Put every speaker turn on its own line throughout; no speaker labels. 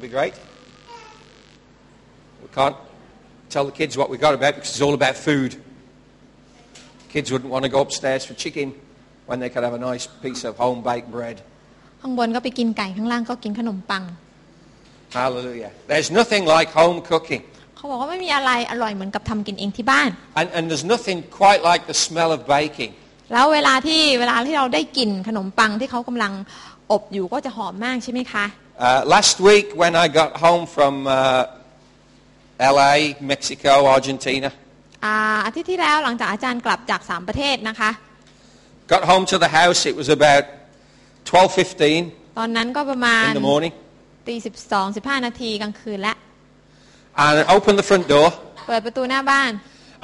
be great. We can't tell the kids what we got about because it's all about food. Kids wouldn't want to go upstairs for chicken when they could have a nice piece of home baked bread.
ข้างบนก็ไปกินไก่ข้างล่างก็กินขนมปัง
Hallelujah. There's nothing like home cooking.
เขาบอกว่าไม่มีอะไรอร่อยเหมือนกับทำกินเองที่บ้าน
And, and there's nothing quite like the smell of baking.
แล้วเวลาที่เวลาที่เราได้กลิ่นขนมปังที่เขากำลังอบอยู่ก็จะหอมมากใช่ไหมคะ
Uh, last week, when I got home from uh, LA, Mexico, Argentina,
อ่าอาทิตย์ที่แล้วหลังจากอาจารย์กลับจากสามประเทศนะคะ
got home to the house. It was about 12:15
ตอนนั้นก็ประมาณ
in the morning,
ตีสิบสองสิบห้านาทีกลางคืนและ
and I opened the front door,
เปิดประตูหน้าบ้าน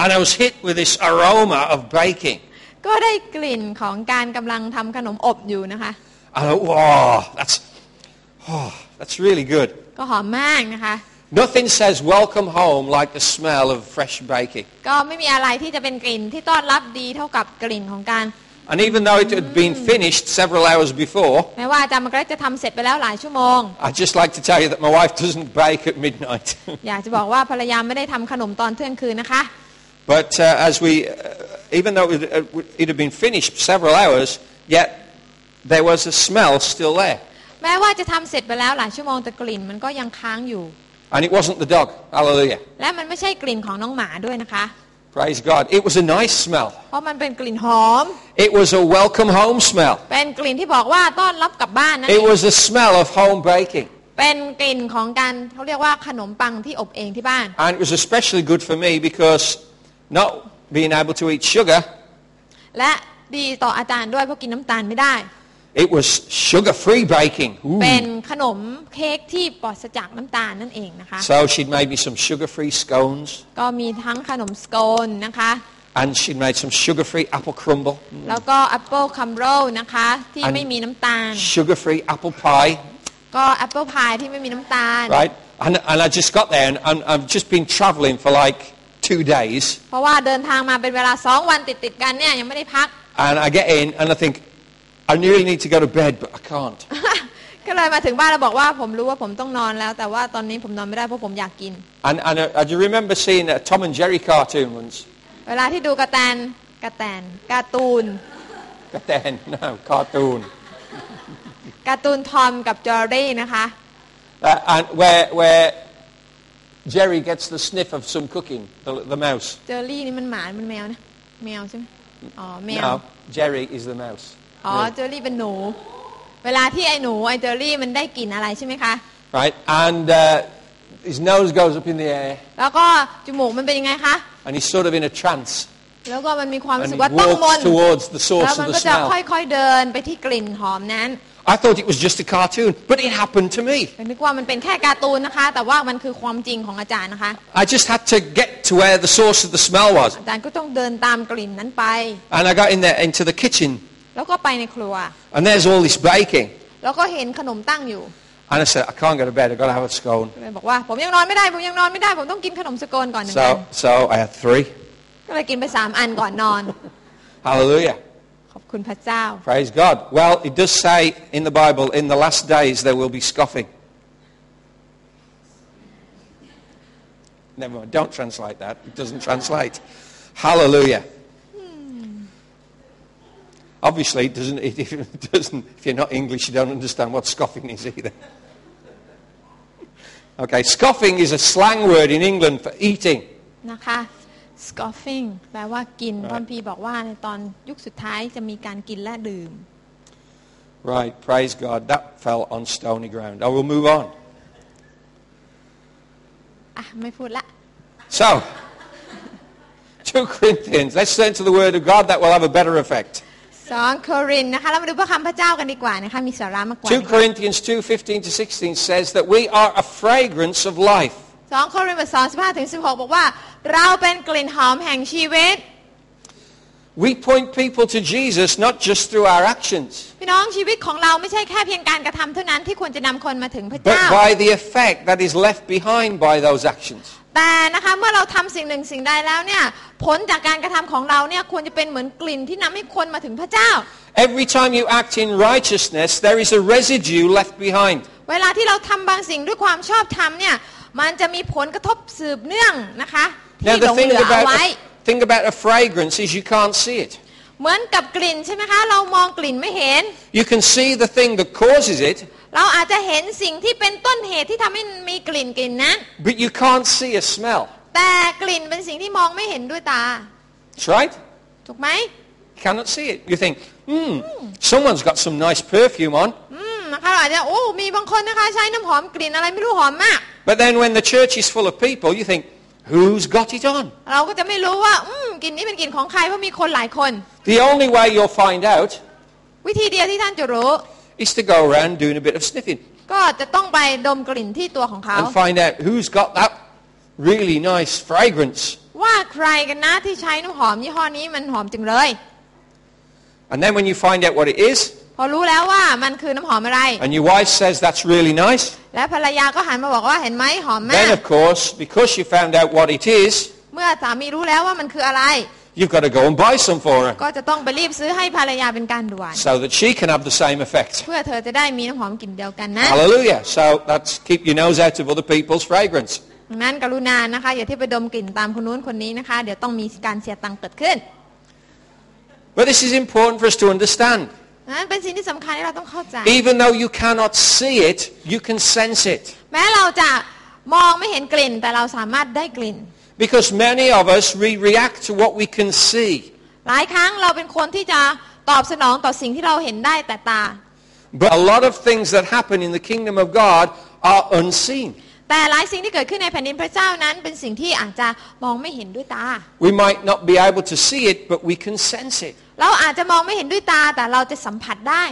and I was hit with this aroma of baking.
ก็ได้กลิ่นของการกำลังทำขนมอบอยู่นะคะ
And I thought, "Wow, that's oh, that's really good."
ก็หอมมากนะคะ
Nothing says welcome home like the smell of fresh baking.
ก็ไม่มีอะไรที่จะเป็นกลิ่นที่ต้อนรับดีเท่ากับกลิ่นของการ
And even though it had been finished several hours before,
แม้ว่าอาจารย์มากรจะทำเสร็จไปแล้วหลายชั่วโมง
I'd just like to tell you that my wife doesn't bake at midnight.
อยากจะบอกว่าภรรยาไม่ได้ทำขนมตอนเที่ยงคืนนะคะ
But uh, as we, uh, even though it, uh, it had been finished several hours, yet there was a smell still there.
แม้ว่าจะทำเสร็จไปแล้วหลายชั่วโมงแต่กลิ่นมันก็ยังค้างอยู่
And it wasn't the dog. Hallelujah.
และมันไม่ใช่กลิ่นของน้องหมาด้วยนะคะ
Praise God. It was a nice smell.
เพราะมันเป็นกลิ่นหอม
It was a welcome home smell.
เป็นกลิ่นที่บอกว่าต้อนรับกลับบ้านนั่นเอ
It
ง
was the smell of home baking.
เป็นกลิ่นของการเขาเรียกว่าขนมปังที่อบเองที่บ้าน
And it was especially good for me because not being able to eat sugar,
และดีต่ออาจารย์ด้วยเพราะกินน้ำตาลไม่ได้
it was sugar-free baking. Ooh.
เป็นขนมเค้กที่ปลอดจากน้ำตาลนั่นเองนะคะ
So she'd made me some sugar-free scones
ก็มีทั้งขนมสโกนนะคะ
and she'd made some sugar-free apple crumble,
แล้วก็แอปเปิลคัมโรนะคะที่
อัน
ไม่มีน้ำตาล
sugar-free apple pie,
ก็แอปเปิลพายที่ไม่มีน้ำตาล
right? And, and I just got there, and, and I've just been travelling for like two days.
เพราะว่าเดินทางมาเป็นเวลา 2 วันติดติดๆกันเนี่ยยังไม่ได้พัก
And I get in, and I think, I really need to go to bed, but I can't.
ก็เลยมาถึงบ้านแล้วบอกว่าผมรู้ว่าผมต้องนอนแล้ว แต่ว่าตอนนี้ผมนอนไม่ได้เพราะผมอยากกิน
And, and I, I do remember seeing a Tom and Jerry cartoon once.
เวลาที่ดูกระแตนกระแตนการ์ตูน
But then, no, cartoon.
การ์ตูนทอมกับจอร์รี่นะคะ
Uh, and where, where Jerry gets the sniff of some cooking, the, the mouse.
เจอร์รี่นี่มันหมาหรือมันแมวนะแมวใช่ไหมอ๋อแมว
No, Jerry is the mouse.
อ๋อเจอร์รี่เป็นหนู เวลาที่ไอ้หนูไอ้เจอร์รี่มันได้กลิ่นอะไรใช่ไหมคะ
Right? And uh, his nose goes up in the air,
แล้วก็จมูกมันเป็นยังไงคะ
and he's sort of in a trance.
แล้วก็มันมีความ
And
รู้
he
สึกว่าต้องมน
walks towards the
แล้
source
วมั
of
น
the
ก็จะ
smell.
ค่อยๆเดินไปที่กลิ่นหอมนั้น
I thought it was just a cartoon, but it happened to me.
นึกว่ามันเป็นแค่การ์ตูนนะคะ แต่ว่ามันคือความจริงของอาจารย์นะคะ
I just had to get to where the source of the smell was.
อาจารย์ก็ต้องเดินตามกลิ่นนั้นไป
And I got in there into the kitchen,
แล้วก็ไปในครัว
and there's all this baking.
แล้วก็เห็นขนมตั้งอยู่
And I said, I can't go to bed, I've got to have a scone.
ก็เลยบอกว่าผมยังนอนไม่ได้ผมยังนอนไม่ได้ผมต้องกินขนมสโกนก่อนหนึ่งอัน
So, so I had three.
ก็เลยกินไปสามอันก่อนนอน
Hallelujah.
ขอบคุณพระเจ้า
Praise God. Well, it does say in the Bible, in the last days there will be scoffing. Never mind. Don't translate that. It doesn't translate. Hallelujah. Obviously, it doesn't, it, it doesn't, if you're not English, you don't understand what scoffing is either. Okay, scoffing is a slang word in England for eating.
นะคะ scoffing แปลว่ากินพระคัมพีร์บอกว่าในตอนยุคสุดท้ายจะมีการกินและดื่ม
Right, praise God. That fell on stony ground. I will move on.
อ่ะ ไม่พูดละ
So, 2 Corinthians, let's turn to the Word of God, that will have a better effect.
2โครินธ์นะคะ เรามาดูพระคำพระเจ้ากันดีกว่านะคะ มีสาระมากกว่า
2
นะคะ
Corinthians 2, 15 to 16 says that we are a fragrance of life.
สองโครินธ์บทสองสิบห้าถึงสิบหกบอกว่า เราเป็นกลิ่นหอมแห่งชีวิต
We point people to Jesus not just through our actions,
พี่น้องชีวิตของเราไม่ใช่แค่เพียงการกระทำเท่านั้นที่ควรจะนำคนมาถึงพระ
but
เจ้า
by the effect that is left behind by those actions.
แต่นะคะเมื่อเราทำสิ่งหนึ่งสิ่งใดแล้วเนี่ยผลจากการกระทำของเราเนี่ยควรจะเป็นเหมือนกลิ่นที่นำให้คนมาถึงพระเจ้า
Every time you act in righteousness, there is a residue left behind.
เว เวลาที่เราทำบางสิ่งด้วยความชอบธรรมเนี่ย มันจะมีผลกระทบสืบเนื่องนะคะที่
Now
หล
the
งเห
thing
ลือเอา
about
ไว้
a, thing about a fragrance is you can't see it.
เหมือนกับกลิ่นใช่ไหมคะ เรามองกลิ่นไม่เห็น
You can see the thing that causes it,
เราอาจจะเห็นสิ่งที่เป็นต้นเหตุที่ทำให้มีกลิ่นกลิ่นนั้น
but you can't see a smell.
แต่กลิ่นเป็นสิ่งที่มองไม่เห็นด้วยตา
That's right.
ถูกไหม
Cannot see it. You think, hmm, someone's got some nice perfume on.
อืมนะคะเราอาจจะโอ้ มีบางคนนะคะ ใช้น้ำหอมกลิ่นอะไรไม่รู้หอมมาก
But then when the church is full of people, you think, who's got it on?
เราก็จะไม่รู้ว่า อืมกลิ่นนี้เป็นกลิ่นของใครเพราะมีคนหลายคน
The only way you'll find out
วิธีเดียวที่ท่านจะรู้
is to go around doing a bit of sniffing
ก็จะต้องไปดมกลิ่นที่ตัวของเขา
and find out who's got that really nice fragrance.
ว่าใครกันนะที่ใช้น้ำหอมยี่ห้อนี้มันหอมจังเลย
And then when you find out what it is,
พอรู้แล้วว่ามันคือน้ำหอมอะไร
and your wife says that's really nice,
และภรรยาก็หันมาบอกว่าเห็นไหมหอมมา
then
ก
of course, because you found out what it is,
เมื่อสามีรู้แล้วว่ามันคืออะไร
you've got to go and buy some for her
ก็จะต้องไปรีบซื้อให้ภรรยาเป็นการด่วน
so that she can have the same effect.
เพื่อเธอจะได้มีน้ำหอมกลิ่นเดียวกันนะ
Hallelujah. So that's keep your nose out of other people's fragrance.
ดังนั้นกรุณานะคะ อย่าที่ไปดมกลิ่นตามคนนู้นคนนี้นะคะ เดี๋ยวต้องมีการเสียตังค์เกิดขึ้น
But this is important for us to understand.
ดังนั้นเป็นสิ่งที่สำคัญที่เราต้องเข้าใจ
Even though you cannot see it, you can sense it.
แม้เราจะมองไม่เห็นกลิ่น แต่เราสามารถได้กลิ่น
Because many of us, we react to what we can see.
หลายครั้งเราเป็นคนที่จะตอบสนองต่อสิ่งที่เราเห็นได้แต่ตา
But a lot of things that happen in the kingdom of God are unseen.
แต่หลายสิ่งที่เกิดขึ้นในแผ่นดินพระเจ้านั้น เป็นสิ่งที่อาจจะมองไม่เห็นด้วยตา
We might not be able to see it, but we can sense it.
เราอาจจะมองไม่เห็นด้วยตาแต่เราจะสัมผัสได้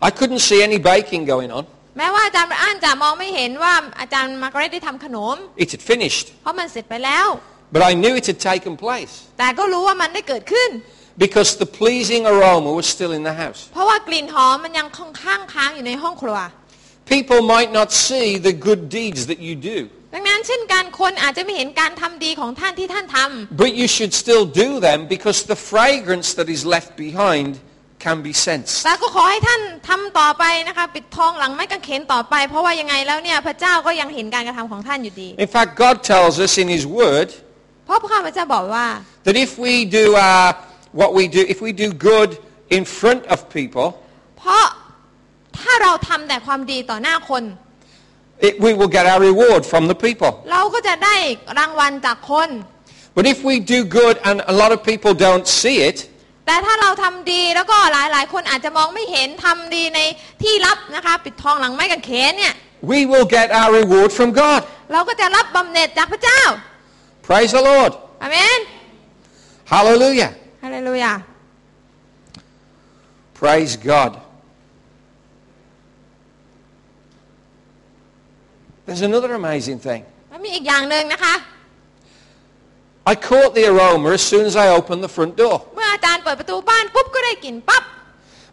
I couldn't see any baking going on.
แม้ว่าอาจารย์อันจะมองไม่เห็นว่าอาจารย์มาร์กาเร็ตได้ทำขนม
It had finished.
เพราะมันเสร็จไปแล้ว
But I knew it had taken place
แต่ก็รู้ว่ามันได้เกิดขึ้น
because the pleasing aroma was still in the house.
เพราะว่ากลิ่นหอมมันยังคงข้างค้างอยู่ในห้องครัว
People might not see the good deeds that you do,
ดังนั้นเช่นกันคนอาจจะไม่เห็นการทำดีของท่านที่ท่านทำ
but you should still do them because the fragrance that is left behind can be sensed.
แต่ก็ขอให้ท่านทำต่อไปนะคะ ปิดทองหลังไม้กางเขนต่อไป เพราะว่ายังไงแล้วเนี่ยพระเจ้าก็ยังเห็นการกระทำของท่านอยู่ดี
In fact, God tells us in His Word
เพราะพระข้าพเจ้าบอกว่า
that if we do uh, what we do, if we do good in front of people,
เพราะถ้าเราทำแต่ความดีต่อหน้าคน
it, we will get our reward from the people.
เราก็จะได้รางวัลจากคน
But if we do good and a lot of people don't see it,
แต่ถ้าเราทำดีแล้วก็หลายๆ คนอาจจะมองไม่เห็นทำดีในที่ลับนะคะ ปิดทองหลังไม้กางเขนเนี่ย
we will get our reward from God.
เราก็จะรับบำเหน็จจากพระเจ้า
Praise the Lord.
อาเมน
Hallelujah.
ฮาเลลูยา
Praise God. There's another amazing thing.
แล้วมีอีกอย่างหนึ่งนะคะ
I caught the aroma as soon as I opened the front door.
เมื่ออาจารย์เปิดประตูบ้านปุ๊บก็ได้กลิ่นปั๊บ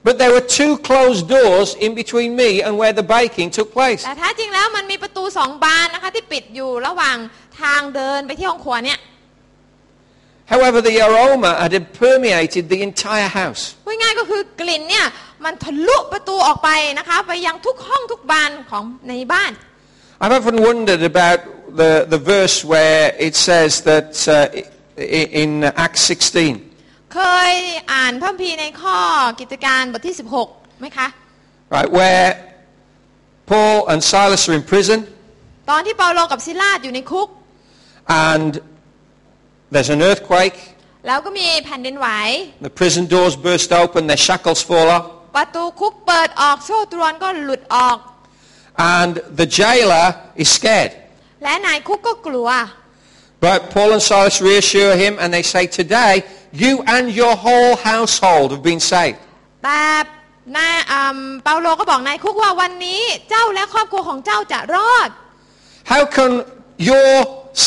But there were two closed doors in between me and where the baking took place.
แต่แท้จริงแล้วมันมีประตูสองบานนะคะ ที่ปิดอยู่ระหว่างทางเดินไปที่ห้องครัวเนี่ย
However, the aroma had permeated the entire house.
พูดง่ายๆก็คือกลิ่นเนี่ยมันทะลุประตูออกไปนะคะ ไปยังทุกห้องทุกบานของในบ้าน
I've often wondered about the, the verse where it says that uh, i- i- in Acts 16,
เคยอ่านพระคัมภีร์ในข้อกิจการบทที่ 16ไหมคะ
right, where Paul and Silas are in prison
ตอนที่เปาโลกับซิลาสอยู่ในคุก
and there's an earthquake,
แล้วก็มีแผ่นดินไหว
the prison doors burst open, their shackles fall off,
ประตูคุกเปิดออกโซ่ตรวนก็หลุดออก
and the jailer is scared.
และนายคุกก็กลัว
But Paul and Silas reassure him and they say, today you and your whole household have been saved.
แต่นายอืมเปาโลก็บอกนายคุกว่าวันนี้เจ้าและครอบครัวของเจ้าจะรอด
How can your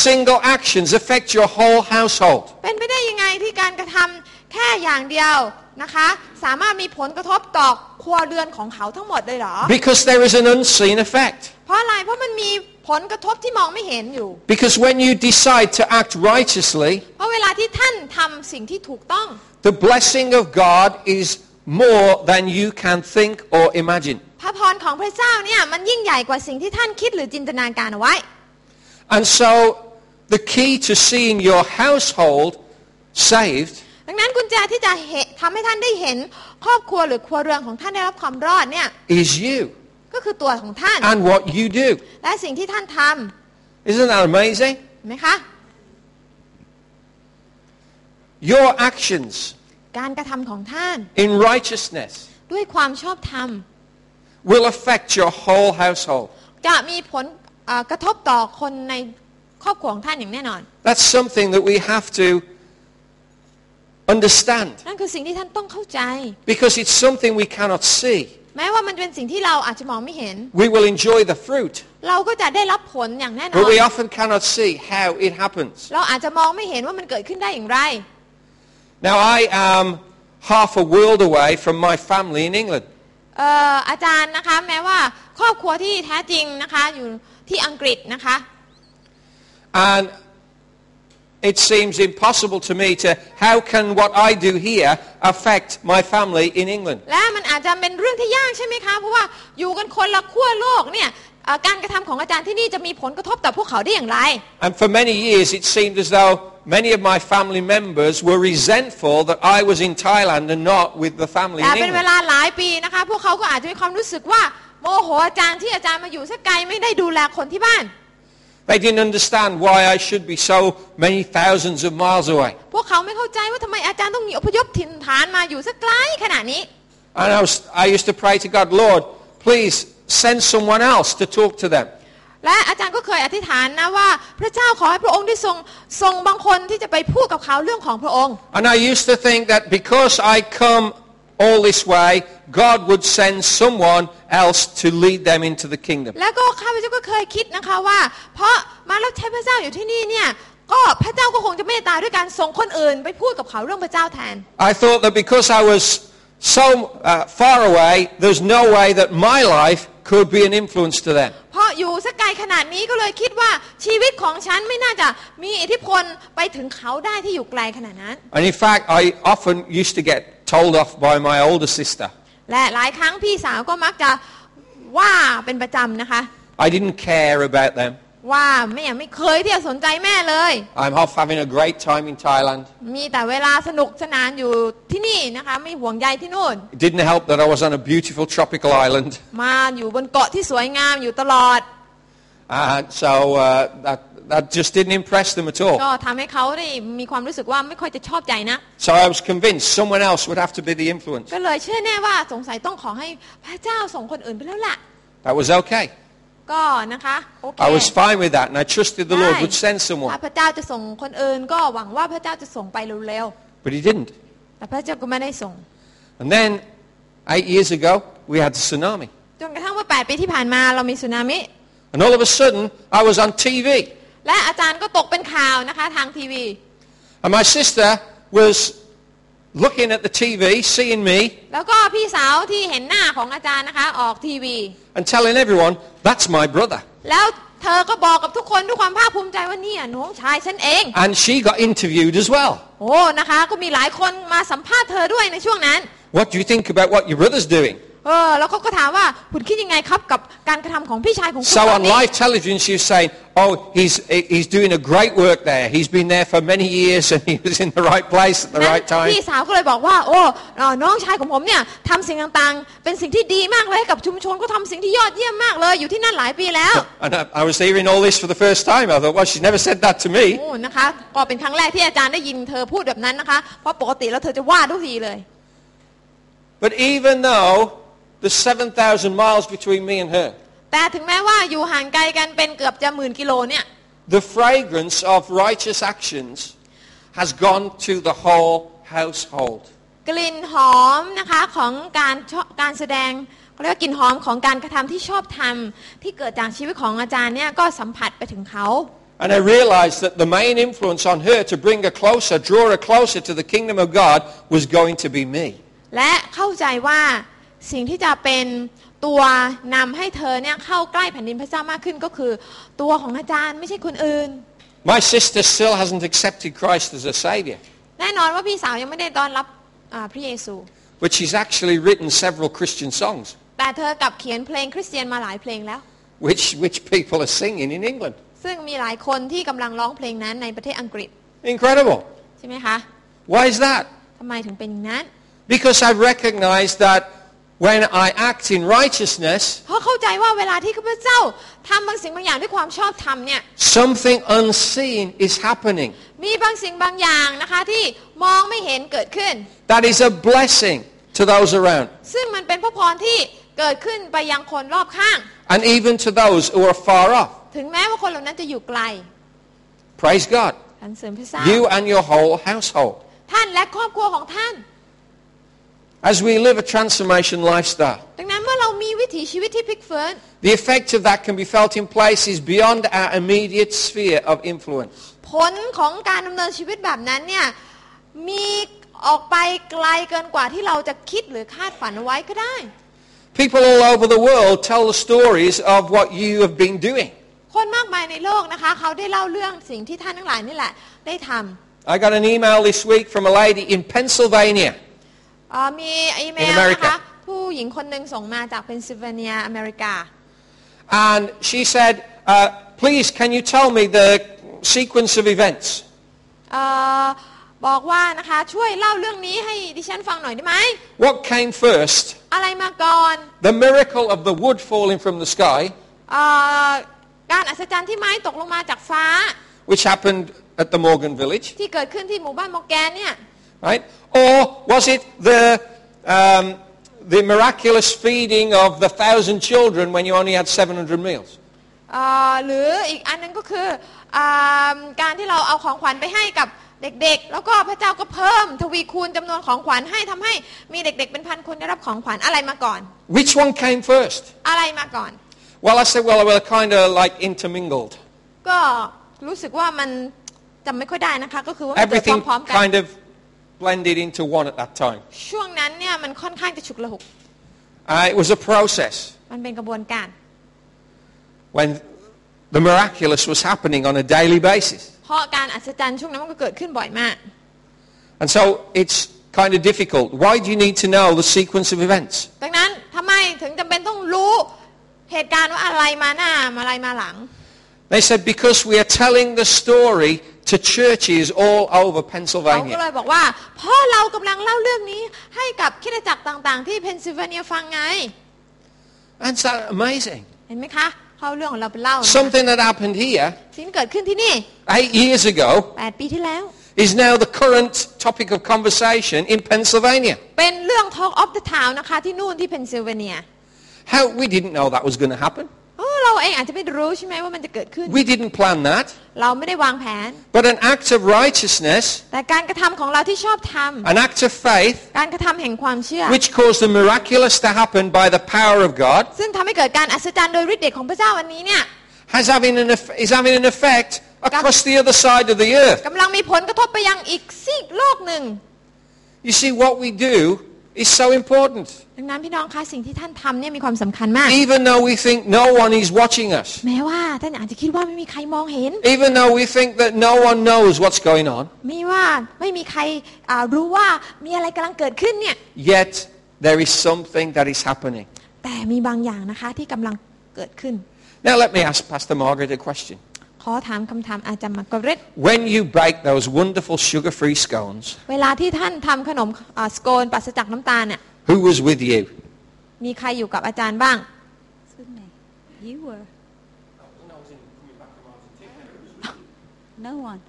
single actions affect your whole household?
เป็นไปได้ยังไงที่การกระทำแค่อย่างเดียวนะคะ สามารถมีผลกระทบต่อครัวเรือนของเขาทั้งหมดเลยเหรอ
Because there is an unseen effect.
เพราะอะไรเพราะมันมีผลกระทบที่มองไม่เห็นอยู่
Because when you decide to act righteously,
เพราะเวลาที่ท่านทำสิ่งที่ถูกต้อง
the blessing of God is more than you can think or imagine.
พระพรของพระเจ้าเนี่ยมันยิ่งใหญ่กว่าสิ่งที่ท่านคิดหรือจินตนาการเอาไว้
And so the key to seeing your household saved
ดังนั้นกุญแจที่จะเหทำให้ท่านได้เห็นครอบครัวหรือครัวเรือนของท่านได้รับความรอดเนี่ย
is you
ก็คือตัวของท่าน
and what you do.
และสิ่งที่ท่านท
Isn't that amazing?
ำเห็นไหมคะ
Your actions
การกระทำของท่าน
in righteousness
ด้วยความชอบธรรม
will affect your whole household.
จะมีผลเอ่อกระทบต่อคนในครอบครัวของท่านอย่างแน่นอน
That's something that we have to understand
นั่นคือสิ่งที่ท่านต้องเข้าใจ
because it's something we cannot see.
แม้ว่ามันเป็นสิ่งที่เราอาจจะมองไม่เห็น
We will enjoy the fruit,
เราก็จะได้รับผลอย่างแน่นอ
but
น
we often cannot see how it happens.
เราอาจจะมองไม่เห็นว่ามันเกิดขึ้นได้อย่างไร
Now, I am half a world away from my family in England.
เอ่ออาจารย์นะคะแม้ว่าครอบครัวที่แท้จริงนะคะอยู่ที่อังกฤษนะคะ
And it seems impossible to me to, how can what I do here affect my family in England?
และมันอาจจะเป็นเรื่องที่ยากใช่ไหมคะเพราะว่าอยู่กันคนละขั้วโลกเนี่ยเอ่อการกระทำของอาจารย์ที่นี่จะมีผลกระทบต่อพวกเขาได้อย่างไร
And for many years, it seemed as though many of my family members were resentful that I was in Thailand and not with the family
แต่
in
เป็นเว
England.
ลาหลายปีนะคะ พวกเขาก็อาจจะมีความรู้สึกว่าโมโหอาจารย์ที่อาจารย์มาอยู่สักไกลไม่ได้ดูแลคนที่บ้าน
They didn't understand why I should be so many thousands of miles away.
พวกเขาไม่เข้าใจว่าทำไมอาจารย์ต้องหนีอพยพถิ่นฐานมาอยู่สักไกลขนาดนี้
And I, was, I used to pray to God, Lord, please send someone else to talk to them.
และอาจารย์ก็เคยอธิษฐานนะว่า พระเจ้าขอให้พระองค์ได้ทรงทรงบางคนที่จะไปพูดกับเขาเรื่องของพระองค์
And I used to think that because I come all this way, God would send someone else to lead them into the kingdom.
แล้วก็ข้าพเจ้าก็เคยคิดนะคะว่า เพราะมารับใช้พระเจ้าอยู่ที่นี่เนี่ยก็พระเจ้าก็คงจะเมตตาด้วยการส่งคนอื่น ไปพูดกับเขาเรื่องพระเจ้าแทน
I thought that because I was so uh, far away, there's no way that my life could be an influence to them.
เพราะอยู่สักไกลขนาดนี้ก็เลยคิดว่าชีวิตของฉันไม่น่าจะมีอิทธิพลไปถึงเขาได้ที่อยู่ไกลขนาดนั้น
And in fact, I often used to get told off by my older sister.
และหลายครั้งพี่สาวก็มักจะว่าเป็นประจำนะคะ
I didn't care about them.
ว่าแม่ไม่เคยที่จะสนใจแม่เลย
I'm half having a great time in Thailand.
มีแต่เวลาสนุกสนานอยู่ที่นี่นะคะ ไม่ห่วงใยที่นู่น
It didn't help that I was on a beautiful tropical island.
มาอยู่บนเกาะที่สวยงามอยู่ตลอด
And so uh, that, that just didn't impress them at all.
ก็ทำให้เขาได้มีความรู้สึกว่าไม่ค่อยจะชอบใจนะ
So I was convinced someone else would have to be the influence.
ก็เลยเชื่อแน่ว่าสงสัยต้องขอให้พระเจ้าส่งคนอื่นไปแล้วล่ะ
That was okay.
ก็นะคะโอเค
I was fine with that and I trusted the
ได้
Lord would send someone.
ถ้าพระเจ้าจะส่งคนอื่น ก็หวังว่าพระเจ้าจะส่งไปเร็ว
But he didn't.
ๆ แต่พระเจ้าก็ไม่ได้ส่ง
And then eight years ago, we had the tsunami.
จนกระทั่งว่า 8 ปีที่ผ่านมาเรามีสึนามิ
And all of a sudden, I was on TV.
และอาจารย์ก็ตกเป็นข่าวนะคะทางทีวี
And my sister was looking at the TV, seeing me,
แล้วก็พี่สาวที่เห็นหน้าของอาจารย์นะคะ ออกทีวี
and telling everyone, that's my brother.
แล้วเธอก็บอกกับทุกคนด้วยความภาคภูมิใจว่าเนี่ยน้องชายฉันเอง
And she got interviewed as well.
โอ้นะคะ ก็มีหลายคนมาสัมภาษณ์เธอด้วยในช่วงนั้น
What do you think about what your brother's doing?
เออแล้วเขาก็ถามว่าคุณคิดยังไงครับกับการกระทำของพี่ชายของคุณ
So
ตอน
on
นี้
live television, she was saying, "Oh, he's he's doing a great work there. He's been there for many years, and he was in the right place at the
นั้น
right time."
พี่สาวก็เลยบอกว่า โอ้เอ่อน้องชายของผมเนี่ยทำสิ่งต่างๆ เป็นสิ่งที่ดีมากเลยให้กับชุมชนก็ทำสิ่งที่ยอดเยี่ยมมากเลยอยู่ที่นั่นหลายปีแล้ว
And I, I was hearing all this for the first time. I thought, "Well, she's never said that to me."
โอ้นะคะก็เป็นครั้งแรกที่อาจารย์ได้ยินเธอพูดแบบนั้นนะคะ เพราะปกติแล้วเธอจะว่าทุกทีเลย
But even though there's seven thousand miles between me and her,
แต่ถึงแม้ว่าอยู่ห่างไกลกันเป็นเกือบจะหมื่นกิโลเนี่ย
the fragrance of righteous actions has gone to the whole household.
กลิ่นหอมนะคะของการชอการแสดงเขาเรียกว่ากลิ่นหอมของการกระทำที่ชอบทำที่เกิดจากชีวิตของอาจารย์เนี่ยก็สัมผัสไปถึงเขา
And I realized that the main influence on her to bring her closer, draw her closer to the kingdom of God, was going to be me.
และเข้าใจว่าสิ่งที่จะเป็นตัวนำให้เธอเนี่ยเข้าใกล้แผ่นดินพระเจ้ามากขึ้นก็คือ ตัวของอาจารย์ไม่ใช่คนอื่น
My sister still hasn't accepted Christ as her Savior.
แน่นอนว่าพี่สาวยังไม่ได้ต้อนรับอ่าพระเยซู
But she's actually written several Christian songs,
แต่เธอกลับเขียนเพลงคริสเตียนมาหลายเพลงแล้ว
which, which people are singing in England.
ซึ่งมีหลายคนที่กำลังร้องเพลงนั้นในประเทศอังกฤษ
Incredible.
ใช่ไหมคะ
Why is that?
ทำไมถึงเป็นอย่างนั้น
Because I recognize that when I act in righteousness,
เพราะเข้าใจว่าเวลาที่ข้าพเจ้าทำบางสิ่งบางอย่างด้วยความชอบธรรมเนี่ย
something unseen is happening.
มีบางสิ่งบางอย่างนะคะที่มองไม่เห็นเกิดขึ้น
That is a blessing to those around
ซึ่งมันเป็นพระพรที่เกิดขึ้นไปยังคนรอบข้าง
and even to those who are far off.
ถึงแม้ว่าคนเหล่านั้นจะอยู่ไกล
Praise God.
สรรเสริญพระเจ้า
You and your whole household.
ท่านและครอบครัวของท่าน
As we live a transformation lifestyle,
ดังนั้นเมื่อเรามีวิถีชีวิตที่พลิกฟื้น
the effect of that can be felt in places beyond our immediate sphere of influence.
ผลของการดำเนินชีวิตแบบนั้นเนี่ยมีออกไปไกลเกินกว่าที่เราจะคิดหรือคาดฝันเอาไว้ก็ได้
People all over the world tell the stories of what you have been doing.
คนมากมายในโลกนะคะ เขาได้เล่าเรื่องสิ่งที่ท่านทั้งหลายนี่แหละได้ท
I got an email this week from a lady in Pennsylvania.
ำเอ่อมีอีเมล
In America.
นะคะผู้หญิงคนหนึ่งส่งมาจากเพนซิลเวเนียอเมริกา
And she said, uh, please, can you tell me the sequence of events?
เอ่อบอกว่านะคะช่วยเล่าเรื่องนี้ให้ดิฉันฟังหน่อยได้ไหม
What came first?
อะไรมาก่อน
The miracle of the wood falling from the sky,
เอ่อการอัศจรรย์ที่ไม้ตกลงมาจากฟ้า
which happened at the Morgan village,
ที่เกิดขึ้นที่หมู่บ้านมอร์แกนเนี่ย
right? Or was it the, um, the miraculous feeding of the thousand children when you only had 700 meals?
เอ่อหรืออีกอันหนึงก็คืออาการที่เราเอาของขวัญไปให้กับเด็กๆ แล้วก็พระเจ้าก็เพิ่มทวีคูณจำนวนของขวัญให้ทำให้มีเด็กๆ เป็นพันคนได้รับของขวัญอะไรมาก่อน
Which one came first?
อะไรมาก่อน
Well, I said, well, they were kind of like intermingled.
ก็รู้สึกว่ามันจำไม่ค่อยได้นะคะ ก็คือว่ามันเกิด
Everything
พร้อมๆกัน
kind of blended into one at that time.
ช่วงนั้นเนี่ยมันค่อนข้างจะฉุกละหุก
Uh, it was a process
มันเป็นกระบวนการ
when the miraculous was happening on a daily basis.
เพราะการอัศจรรย์ช่วงนั้นมันก็เกิดขึ้นบ่อยมาก
And so it's kind of difficult. Why do you need to know the sequence of events?
ดังนั้นทำไมถึงจำเป็นต้องรู้เหตุการณ์ว่าอะไรมาหน้าอะไรมาหลัง
They said because we are telling the story to churches all over
เขาก็เล
Pennsylvania.
ยบอกว่าเพ่อเรากำลังเล่าเรื่องนี้ให้กับคริดจักรต่างๆ ที่เพนซิลเวเนียฟังไง
Isn't that amazing?
เห็นไหมคะ เข้าเรื่องของเราไปเล่านะ
Something that happened here
สิ่งที่เกิดขึ้นที่นี่
eight years ago
8 ปีที่แล้ว
is now the current topic of conversation in Pennsylvania.
เป็นเรื่อง Talk of the Town นะคะ ที่นู่นที่เพนซิลเวเนีย
How we didn't know that was going to happen.
เออเราเองอาจจะไม่รู้ใช่ไหมว่ามันจะเกิดขึ้น
We didn't plan that.
เราไม่ได้วางแผน
But an act of righteousness,
แต่การกระทำของเราที่ชอบทำ
an act of faith,
การกระทำแห่งความเชื่อ
which caused the miraculous to happen by the power of God,
ซึ่งทำให้เกิดการอัศจรรย์โดยฤทธิ์เดชของพระเจ้าวันนี้เนี่ย
has having an eff- is having an effect across the other side of the earth.
กำลังมีผลกระทบไปยังอีกซีกโลกหนึ่ง
You see, what we do is so important.
ดังนั้นพี่น้องคะสิ่งที่ท่านทำเนี่ยมีความสำคัญมาก
Even though we think no one is watching us,
แม้ว่าท่านอาจจะคิดว่าไม่มีใครมองเห็น
even though we think that no one knows what's going on,
มีว่าไม่มีใครอ่ารู้ว่ามีอะไรกำลังเกิดขึ้นเนี่ย
yet there is something that is happening.
แต่มีบางอย่างนะคะที่กำลังเกิดขึ้น
Now let me ask Pastor Margaret a question.
ขอถามคำถามอาจารย์มาร์กาเรต
When you bake those wonderful sugar-free scones,
เวลาที่ท่านทำขนมอ่าสโกนปราศจากน้ำตาลเนี่ย
who was with you?
มีใครอยู่กับอาจารย์บ้าง
Sydney, you were. No one.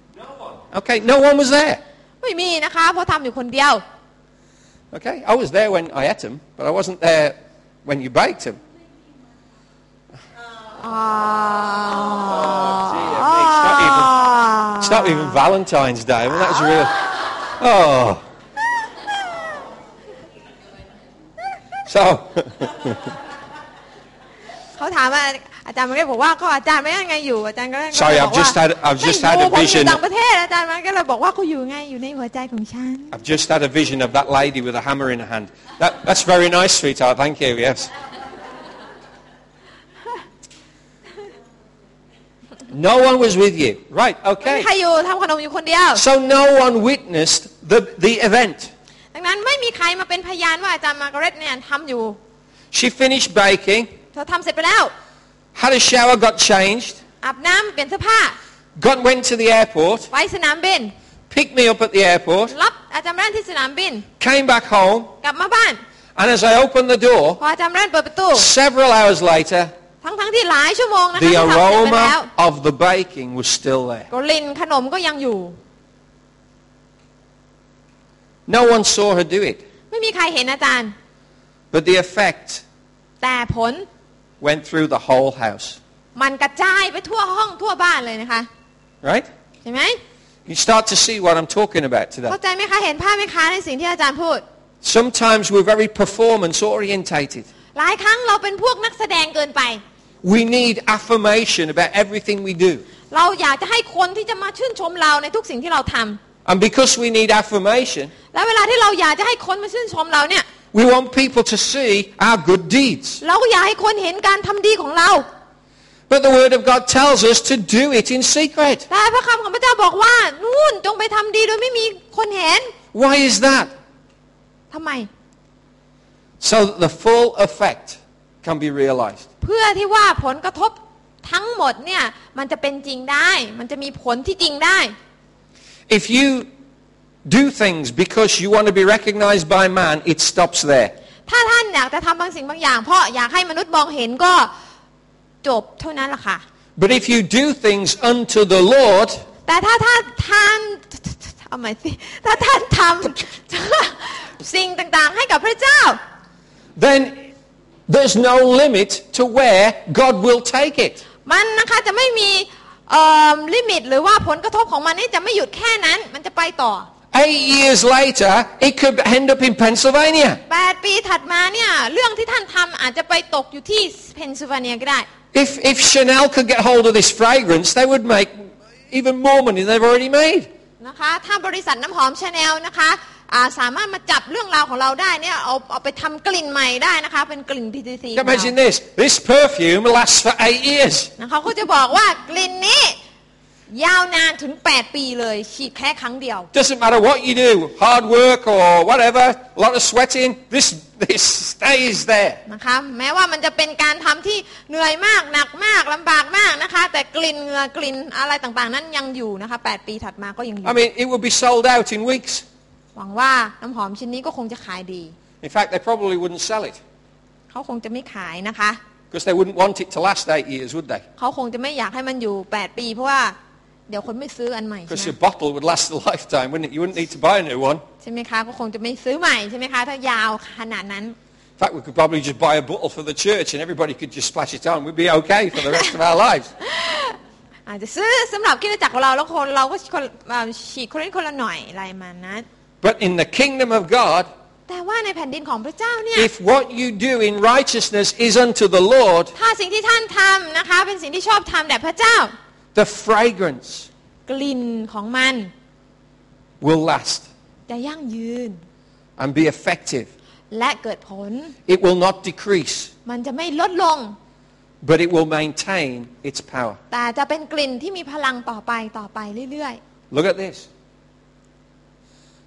Okay, no one was there.
ไม่มีนะคะเพราะทำอยู่คนเดียว
Okay, I was there when I ate them, but I wasn't there when you baked them.
อ๋อ Ah.
It's not even Valentine's Day. I mean, that's real. Oh. So,
เขาถามว่าอาจารย์มันก็บอกว่าก็อาจารย์ไม่ยังไงอยู่อาจารย์ก็เลย
Sorry,
บอ
I've
กว่า
just had- I've just
ไม่
had
อยู่
a
ผมอยู่
vision.
ต่างประเทศอาจารย์มันก็เลยบอกว่าเขาอยู่ไงอยู่ในหัวใจของฉัน
I've just had a vision of that lady with a hammer in her hand. That, that's very nice, sweetheart. Thank you, yes. No one was with you. Right,
ไม่มี
okay.
ใครอยู่ทำขนมอยู่คนเดียว
So no one witnessed the, the event.
ดัง นั้นไม่มีใครมาเป็นพยานว่าอาจารย์มาร์กาเร็ตเนี่ยทำอยู่
She finished baking,
เธอทำเสร็จไปแล้ว
had a shower, got changed,
อาบน้ำเปลี่ยนเสื้อผ้า
got went to the airport,
ไปสนามบิน
picked me up at the airport,
รับอาจารย์แรนที่สนามบิน
came back home,
กลับมาบ้าน
and as I opened the door,
พออาจารย์แรนเปิดประตู
several hours later,
ทั้งๆที่หลายชั่วโมงนะคะ
the
ที่ทำเสร็จไปแล้ว
aroma of the baking was still there.
ก็ลินขนมก็ยังอยู่
No one saw her do it,
ไม่มีใครเห็นอาจารย์
but the effect
แต่ผล
went through the whole house.
มันกระจายไปทั่วห้องทั่วบ้านเลยนะคะ
Right?
เห็นไหม
You start to see what I'm talking about today.
เข้าใจไหมคะเห็นภาพไหมคะในสิ่งที่อาจารย์พูด
Sometimes we're very performance orientated.
หลายครั้งเราเป็นพวกนักแสดงเกินไป
We need affirmation about everything we do.
เราอยากจะให้คนที่จะมาชื่นชมเราในทุกสิ่งที่เราทำ
And because we need affirmation,
และเวลาที่เราอยากจะให้คนมาชื่นชมเราเนี่ย
we want people to see our good deeds.
เราก็อยากให้คนเห็นการทำดีของเรา
But the Word of God tells us to do it in secret.
แต่พระคำของพระเจ้าบอกว่านู่นจงไปทำดีโดยไม่มีคนเห็น
Why is that?
ทำไม
So that the full effect can be realized.
เพื่อที่ว่าผลกระทบทั้งหมดเนี่ยมันจะเป็นจริงได้ มันจะมีผลที่จริงได้
If you do things because you want to be recognized by man, it stops there.
ถ้าท่านอยากจะทำบางสิ่งบางอย่าง เพราะอยากให้มนุษย์มองเห็นก็จบเท่านั้นล่ะค่ะ
But if you do things unto the Lord,
แต่ถ้าถ้าท่านเอาใหม่สิถ้าท่านทำ สิ่งต่างๆให้กับพระเจ้า
then there's no limit to where God will take it.
มันนะคะจะไม่มีลิมิตหรือว่าผลกระทบของมันนี่จะไม่หยุดแค่นั้น มันจะไปต่อ
Eight years later, it could end up in Pennsylvania.
8 ปีถัดมาเนี่ยเรื่องที่ท่านทำอาจจะไปตกอยู่ที่เพนซิลเวเนียก็ได้
If, if Chanel could get hold of this fragrance, they would make even more money than they've already made.
นะคะถ้าบริษัทน้ำหอมชาแนลนะคะอ่าสามารถมาจับเรื่องราวของเราได้เนี่ยเอาเอาไปทำกลิ่นใหม่ได้นะคะ เป็นกลิ่น PTC ของ
Imagine
เรา
this. This perfume lasts for eight years.
นะคะเขาจะบอกว่ากลิ่นนี้ ยาวนานถึง 8 ปีเลย ฉีดแค่ครั้งเดียว
Doesn't matter what you do, hard work or whatever, a lot of sweating, this, this stays there.
นะคะแม้ว่ามันจะเป็นการทำที่เหนื่อยมากหนักมากลำบากมากนะคะ แต่กลิ่นเหงื่อกลิ่นอะไรต่างๆ นั้นยังอยู่นะคะ 8 ปีถัดมาก็ยังอยู่
I mean, it would be sold out in weeks.
หวังว่าน้ำหอมชิ้นนี้ก็คงจะขายดี
In fact, they probably wouldn't sell it
เขาคงจะไม่ขายนะคะ
because they wouldn't want it to last eight years, would they?
เขาคงจะไม่อยากให้มันอยู่ 8 ปี เพราะว่าเดี๋ยวคนไม่ซื้ออันใหม่
Because
ใช่
your
ไหม
bottle would last a lifetime, wouldn't it? You wouldn't need to buy a new one. In
ใช่ไหมคะก็คงจะไม่ซื้อใหม่ใช่ไหมคะถ้ายาวขนาดนั้น
fact, we could probably just buy a bottle for the church and everybody could just splash it on. We'd be okay for the rest of our lives.
อาจจะซื้อสำหรับคริดจักรของเราแล้วคนเราก็คนเอ่อฉีดคนละคนละหน่อยอะไรมานะ
But in the kingdom of God,
แต่ว่าในแผ่นดินของพระเจ้าเนี่ย
if what you do in righteousness is unto the Lord,
ถ้าสิ่งที่ท่านทำนะคะ เป็นสิ่งที่ชอบทำแด่พระเจ้า
the fragrance
กลิ่นของมัน
will last
จะยั่งยืน
and be effective.
และเกิดผล
It will not decrease,
มันจะไม่ลดลง
but it will maintain its power.
แต่จะเป็นกลิ่นที่มีพลังต่อไปต่อไปเรื่อย
Look at this.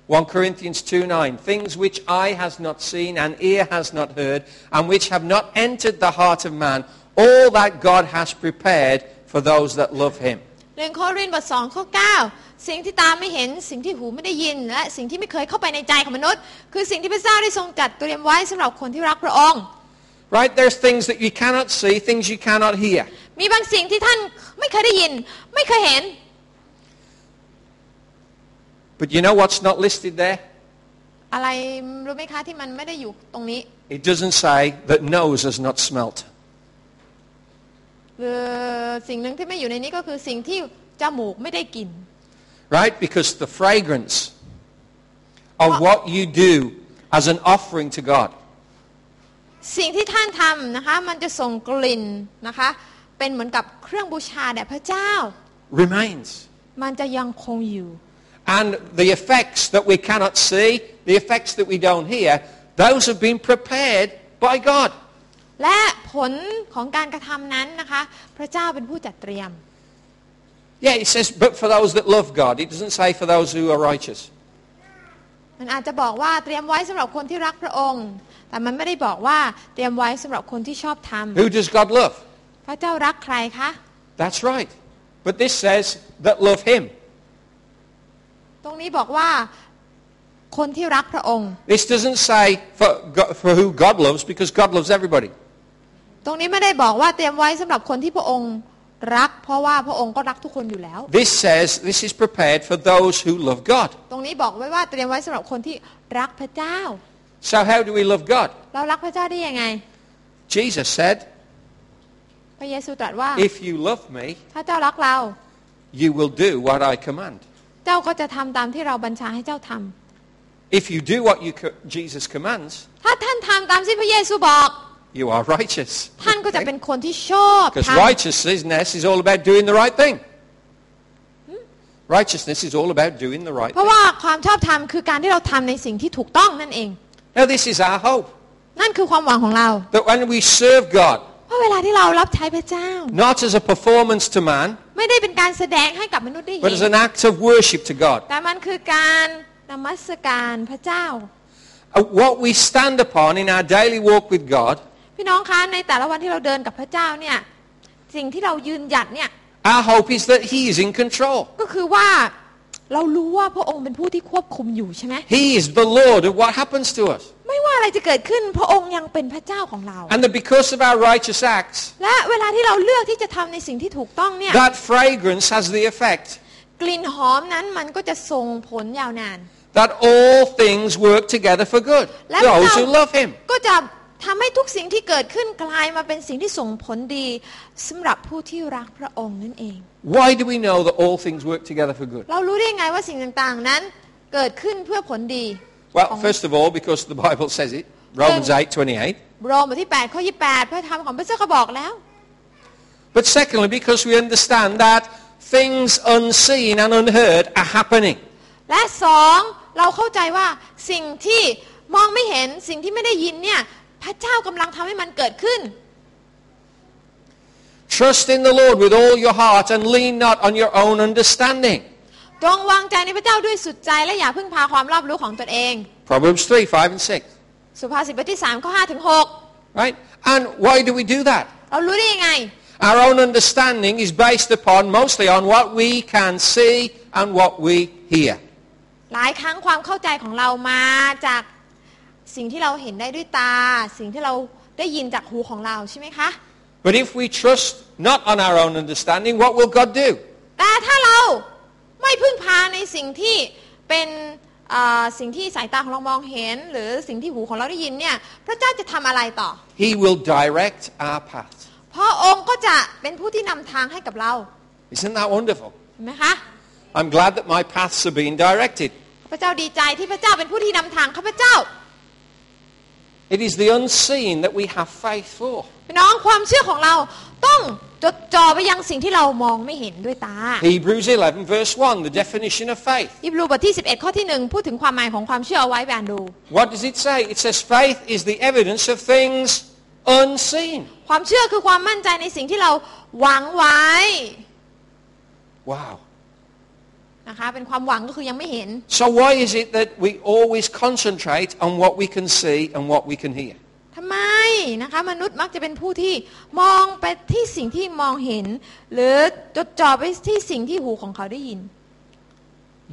1 Corinthians 2 9. Things which eye has not seen and ear has not heard and which have not entered the heart of man, all that God has prepared for those that love him.
ๆหนึ่งโครินธ์บทสองข้อ9สิ่งที่ตาไม่เห็น สิ่งที่หูไม่ได้ยิน และสิ่งที่ไม่เคยเข้าไปในใจของมนุษย์ คือสิ่งที่พระเจ้าได้ทรงจัดเตรียมไว้สำหรับคนที่รักพระองค์
Right? There's things that you cannot see, things you cannot hear.
มีบางสิ่งที่ท่านไม่เคยได้ยิน ไม่เคยเห็น
But you know what's not listed there?
อะไรรู้ไหมคะที่มันไม่ได้อยู่ตรงนี้
It doesn't say that nose has not smelt.
คือสิ่งหนึ่งที่ไม่อยู่ในนี้ก็คือสิ่งที่จมูกไม่ได้กลิ่น
Right? Because the fragrance of what you do as an offering to God
สิ่งที่ท่านทำนะคะ มันจะส่งกลิ่นนะคะ เป็นเหมือนกับเครื่องบูชาแด่พระเจ้า
remains.
มันจะยังคงอยู่
And the effects that we cannot see, the effects that we don't hear, those have been prepared by God.
และผลของการกระทำนั้นนะคะ พระเจ้าเป็นผู้จัดเตรียม
Yeah, it says, but for those that love God. It doesn't say for those who are righteous.
ใน มันอาจจะบอกว่าเตรียมไว้สำหรับคนที่รักพระองค์ แต่มันไม่ได้บอกว่าเตรียมไว้สำหรับคนที่ชอบท
Who does God love?
ำพระเจ้ารักใครคะ
That's right. But this says that love him.
ตรงนี้บอกว่าคนที่รักพระองค์
This doesn't say for, Go- for who God loves because God loves everybody.
ตรงนี้ไม่ได้บอกว่าเตรียมไว้สำหรับคนที่พระองค์รัก เพราะว่าพระองค์ก็รักทุกคนอยู่แล้ว
This says this is prepared for those who love God.
ตรงนี้บอกไว้ว่าเตรียมไว้สำหรับคนที่รักพระเจ้า
So how do we love God?
เรารักพระเจ้าได้ยังไง
Jesus said,
พระเยซูตรัสว่า
if you love me,
ถ้าเจ้ารักเรา
you will do what I command.
เจ้าก็จะทำตามที่เราบัญชาให้เจ้าทำ
If you do what you co- Jesus commands,
ถ้าท่านทำตามที่พระเยซูบอก
you are righteous.
ท่านก็จะเป็นคนที่ชอบท
Because righteousness is all about doing the right thing. Righteousness is all about doing the right
ำเพราะ
thing.
ว่าความชอบธรรมคือการที่เราทำในสิ่งที่ถูกต้องนั่นเอง
Now this is our hope
นั่นคือความหวังของเรา
that when we serve God,
เพราะเวลาที่เรารับใช้พระเจ้า
not as a performance to man,
ไม่ได้เป็นการแสดงให้กับมนุษย์ได้เห็
but as
น
an act of worship to God.
แต่มันคือการนมัสการพระเจ้า
Uh, What we stand upon in our daily walk with God,
พี่น้องคะในแต่ละวันที่เราเดินกับพระเจ้าเนี่ยสิ่งที่เรายืนหยัดเนี่ย
our hope is that He is in control.
ก็คือว่าเรารู้ว่าพระองค์เป็นผู้ที่ควบคุมอยู่ใช่ไหม
He is the Lord of what happens to us.
ไม่ว่าอะไรจะเกิดขึ้นพระองค์ยังเป็นพระเจ้าของเรา
And that because of our righteous acts,
และเวลาที่เราเลือกที่จะทำในสิ่งที่ถูกต้องเนี่ย
that fragrance has the effect
กลิ่นหอมนั้นมันก็จะส่งผลยาวนาน
that all things work together for good.
และ
Those
พระ
who
เจ้า
love Him.
ก็จะทำให้ทุกสิ่งที่เกิดขึ้นกลายมาเป็นสิ่งที่ส่งผลดีสำหรับผู้ที่รักพระองค์นั่นเอง
Why do we know that all things work together for good?
เรารู้ได้ไงว่าสิ่งต่างๆนั้นเกิดขึ้นเพื่อผลดี
Well,
ของ
first of all, because the Bible says it, Romans 8, 28.
โรมบทที่8ข้อ28 พระธรรมของพระเจ้าก็บอกแล้ว
But secondly, because we understand that things unseen and unheard are happening.
และสองเราเข้าใจว่าสิ่งที่มองไม่เห็นสิ่งที่ไม่ได้ยินเนี่ยพระเจ้ากำลังทำให้มันเกิดขึ้น
Trust in the Lord with all your heart and lean not on your own understanding.
จงวางใจในพระเจ้าด้วยสุดใจและอย่าพึ่งพาความรอบรู้ของตนเอง
Proverbs 3, 5 and 6.
สุภาษิตบทที่3ข้อ5ถึง
Right? And why do we do that?
6เรารู้ได้ยังไง
Our own understanding is based upon mostly on what we can see and what we hear.
หลายครั้งความเข้าใจของเรามาจากสิ่งที่เราเห็นได้ด้วยตา สิ่งที่เราได้ยินจากหูของเราใช่ไหมคะ
But if we trust not on our own understanding, what will God do?
แต่ถ้าเราไม่พึ่งพาในสิ่งที่เป็นเอ่อสิ่งที่สายตาของเรามองเห็น หรือสิ่งที่หูของเราได้ยินเนี่ยพระเจ้าจะทำอะไรต่อ
He will direct our path.
พระองค์ก็จะเป็นผู้ที่นำทางให้กับเรา
Isn't that wonderful?
เห็นไหมคะ
I'm glad that my paths are being directed.
ข้าพระเจ้าดีใจที่พระเจ้าเป็นผู้ที่นำทางข้าพเจ้า
It is the unseen that we have faith for.
พี่น้องความเชื่อของเราต้องจดจ่อไปยังสิ่งที่เรามองไม่เห็นด้วยตา
Hebrews 11 verse 1, the definition of faith.
ยิบรูบทที่ 11 ข้อที่ 1 พูดถึงความหมายของความเชื่อเอาไว้ไปอ่านดู
What does it say? It says faith is the evidence of things unseen.
ความเชื่อคือความมั่นใจในสิ่งที่เราหวังไว้
Wow.
นะคะเป็นความหวังก็คือยังไม่เห็น
So why is it that we always concentrate on what we can see and what we can hear?
ทำไมนะคะมนุษย์มักจะเป็นผู้ที่มองไปที่สิ่งที่มองเห็น หรือจดจ่อไปที่สิ่งที่หูของเขาได้ยิน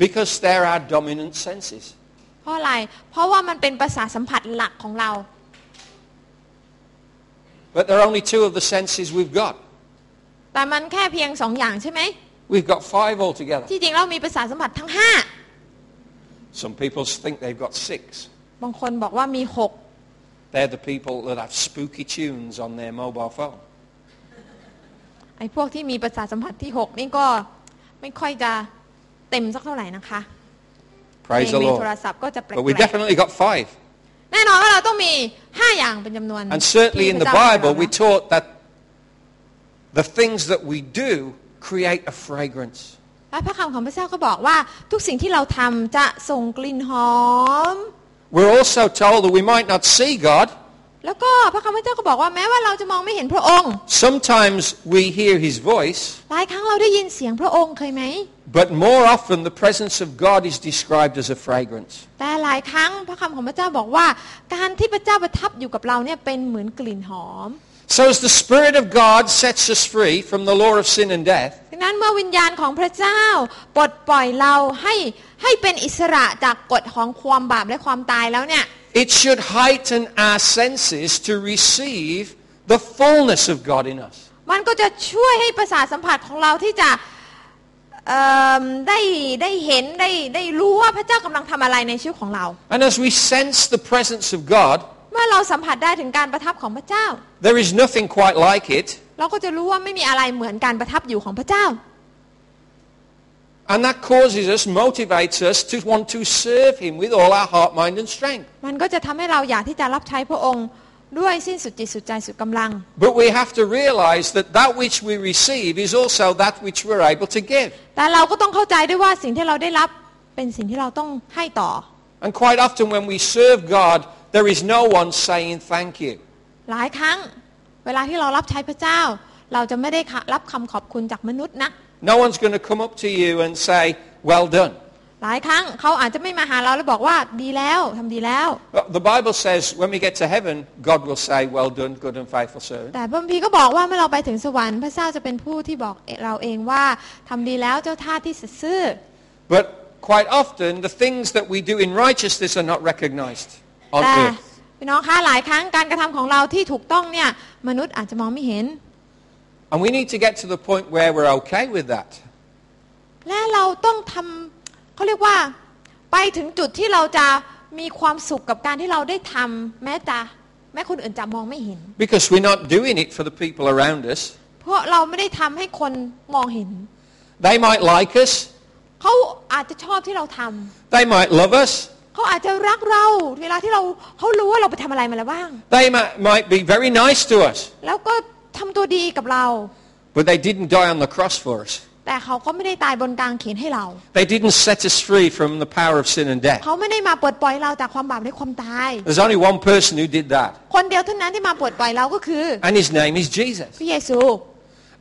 Because they're our dominant senses.
เพราะอะไร เพราะว่ามันเป็นประสาทสัมผัสหลักของเรา
But there are only two of the senses we've got.
แต่มันแค่เพียงสองอย่างใช่ไหม
We've got five altogether.
ที่จริงเรามีประสาทสัมผัสทั้ง
Some people think they've got six.
5 บางคนบอกว่ามี
They're the people that have spooky tunes on their mobile phone.
6 ไอ้พวกที่มีประสาทสัมผัสที่ 6 นี่ก็ไม่ค่อยจะเต็มสักเท่าไหร่นะคะเพล
Praise
ง
the
ในโทร
Lord.
ศัพท์ก็จะแปล
But we
ก
definitely got five.
ๆแน่นอนว่าเราต้องมี 5 อย่างเป็นจำนวน
And certainly
ที่
in
พ
the
ระเจ้าให้เรา
Bible,
นะ
we're taught that the things that we do create a fragrance.
และพระคำของพระเจ้าก็บอกว่าทุกสิ่งที่เราทำจะส่งกลิ่นหอม
We're also told that we might not see God.
แล้วก็พระคำพระเจ้าก็บอกว่าแม้ว่าเราจะมองไม่เห็นพระองค์
Sometimes we hear his voice,
หลายครั้งเราได้ยินเสียงพระองค์เคยไหม
But more often, the presence of God is described as a fragrance.
แต่หลายครั้งพระคำของพระเจ้าบอกว่า การที่พระเจ้าประทับอยู่กับเราเนี่ยเป็นเหมือนกลิ่นหอม
So as the Spirit of God sets us free from the law of sin and death,
ดังนั้นเมื่อวิญญาณของพระเจ้าปลดปล่อยเราให้ให้เป็นอิสระจากกฎของความบาปและความตายแล้วเนี่ย
it should heighten our senses to receive the fullness of God in us.
มันก็จะช่วยให้ประสาทสัมผัสของเราที่จะเอิ่มได้ได้เห็นได้ได้รู้ว่าพระเจ้ากำลังทำอะไรในชีวิตของเรา
And as we sense the presence of God,
เมื่อเราสัมผัสได้ถึงการประทับของพระเจ้า
there is nothing quite like it.
เราก็จะรู้ว่าไม่มีอะไรเหมือนการประทับอยู่ของพระเจ้า
And that causes us, motivates us to want to serve him with all our heart, mind and strength.
มันก็จะทำให้เราอยากที่จะรับใช้พระองค์ด้วยสิ้นสุดจิตสุดใจสุดกำลัง
But we have to realize that that which we receive is also that which we're able to give.
แต่เราก็ต้องเข้าใจด้วยว่าสิ่งที่เราได้รับเป็นสิ่งที่เราต้องให้ต่อ
And quite often when we serve God, there is no one saying thank you.
หลายครั้ง เวลาที่เรารับใช้พระเจ้า เราจะไม่ได้ค่ะรับคำขอบคุณจากมนุษย์นะ
No one's going to come up to you and say, well done.
หลายครั้งเขาอาจจะไม่มาหาเราแล้วบอกว่าดีแล้วทำดีแล้ว
But Uh, the Bible says when we get to heaven, God will say, well done, good and faithful servant.
แต่พระคัมพีร์ก็บอกว่าเมื่อเราไปถึงสวรรค์พระเจ้าจะเป็นผู้ที่บอกเราเองว่าทำดีแล้วเจ้าท่าที่สัตย์ซื่อ
But quite often, the things that we do in righteousness are not recognized on
แต่
earth.
พี่น้องคะหลายครั้งการกระทำของเราที่ถูกต้องเนี่ยมนุษย์อาจจะมองไม่เห็น
And we need to get to the point where we're okay with that.
และเราต้องทำเขาเรียกว่า ไปถึงจุดที่เราจะมีความสุขกับการที่เราได้ทำแม้จะแม้คนอื่นจะมองไม่เห็น
Because we're not doing it for the people around us.
เพราะเราไม่ได้ทำให้คนมองเห็น
They might like us.
เขาอาจจะชอบที่เราทำ
They might love us.
เขาอาจจะรักเรา เวลาที่เราเขารู้ว่าเราไปทำอะไรมาแล้วบ้าง
They might, might be very nice to us.
แล้วก็ทำตัวดีกับเรา
But they didn't die on the cross for us.
แต่เขาก็ไม่ได้ตายบนกางเขนให้เรา
They didn't set us free from the power of sin and death.
เขาไม่ได้มาปลดปล่อยเราจากความบาปและความตาย
There's only one person who did that.
คนเดียวเท่านั้นที่มาปลดปล่อยเราก็คือ
And his name is Jesus.
พระเยซู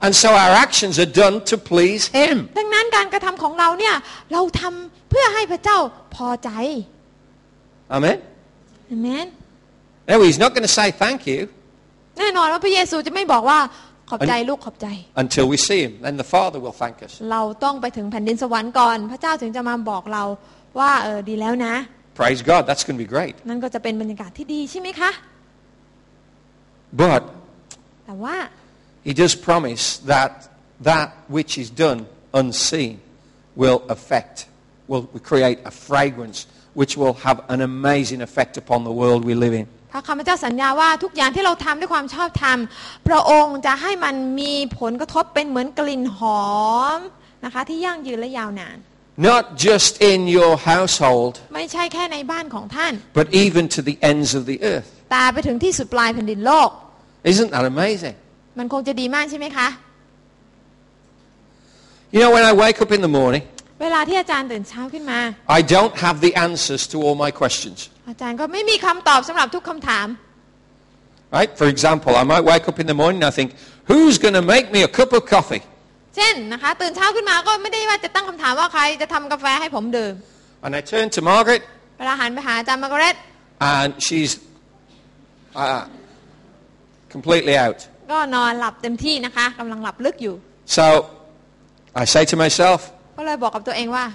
And so our actions are done to please him.
ดังนั้นการกระทำของเราเนี่ยเราทำเพื่อให้พระเจ้าพอใจ
Amen.
อาเมน
Now he's not going to say thank you
แน่นอนว่าพระเยซูจะไม่บอกว่าขอบใจลูกขอบใจ
until we see him. Then the Father will thank us.
เราต้องไปถึงแผ่นดินสวรรค์ก่อน พระเจ้าถึงจะมาบอกเราว่าเออดีแล้วนะ
Praise God. That's going to be great.
นั่นก็จะเป็นบรรยากาศที่ดีใช่ไหมคะ
But
แต่ว่า
he does promise that that which is done unseen will affect, will create a fragrance which will have an amazing effect upon the world we live in.
พระคำพระเจ้าสัญญาว่าทุกอย่างที่เราทำด้วยความชอบธรรมพระองค์จะให้มันมีผลกระทบเป็นเหมือนกลิ่นหอมนะคะ ที่ยั่งยืนและยาวนาน
Not just in your household,
ไม่ใช่แค่ในบ้านของท่าน
but even to the ends of the earth.
แต่ไปถึงที่สุดปลายแผ่นดินโลก
Isn't that amazing?
มันคงจะดีมากใช่ไหมคะ
You know, when I wake up in the morning,
เวลาที่อาจารย์ตื่นเช้าขึ้นมา
I don't have the answers to all my questions.
อาจารย์ก็ไม่มีคำตอบสำหรับทุกคำถาม
Right? For example, I might wake up in the morning and I think, who's going to make me a cup of coffee?
เช่นนะคะ ตื่นเช้าขึ้นมาก็ไม่ได้ว่าจะตั้งคำถามว่าใครจะทำกาแฟให้ผมดื่ม
And I turn to Margaret
เวลาหันไปหาอาจารย์มาร์กาเร็ต
and she's uh, completely out.
ก็นอนหลับเต็มที่นะคะกำลังหลับลึกอยู่
So I say to myself,
ก็เลยบอกกับตัวเองว่า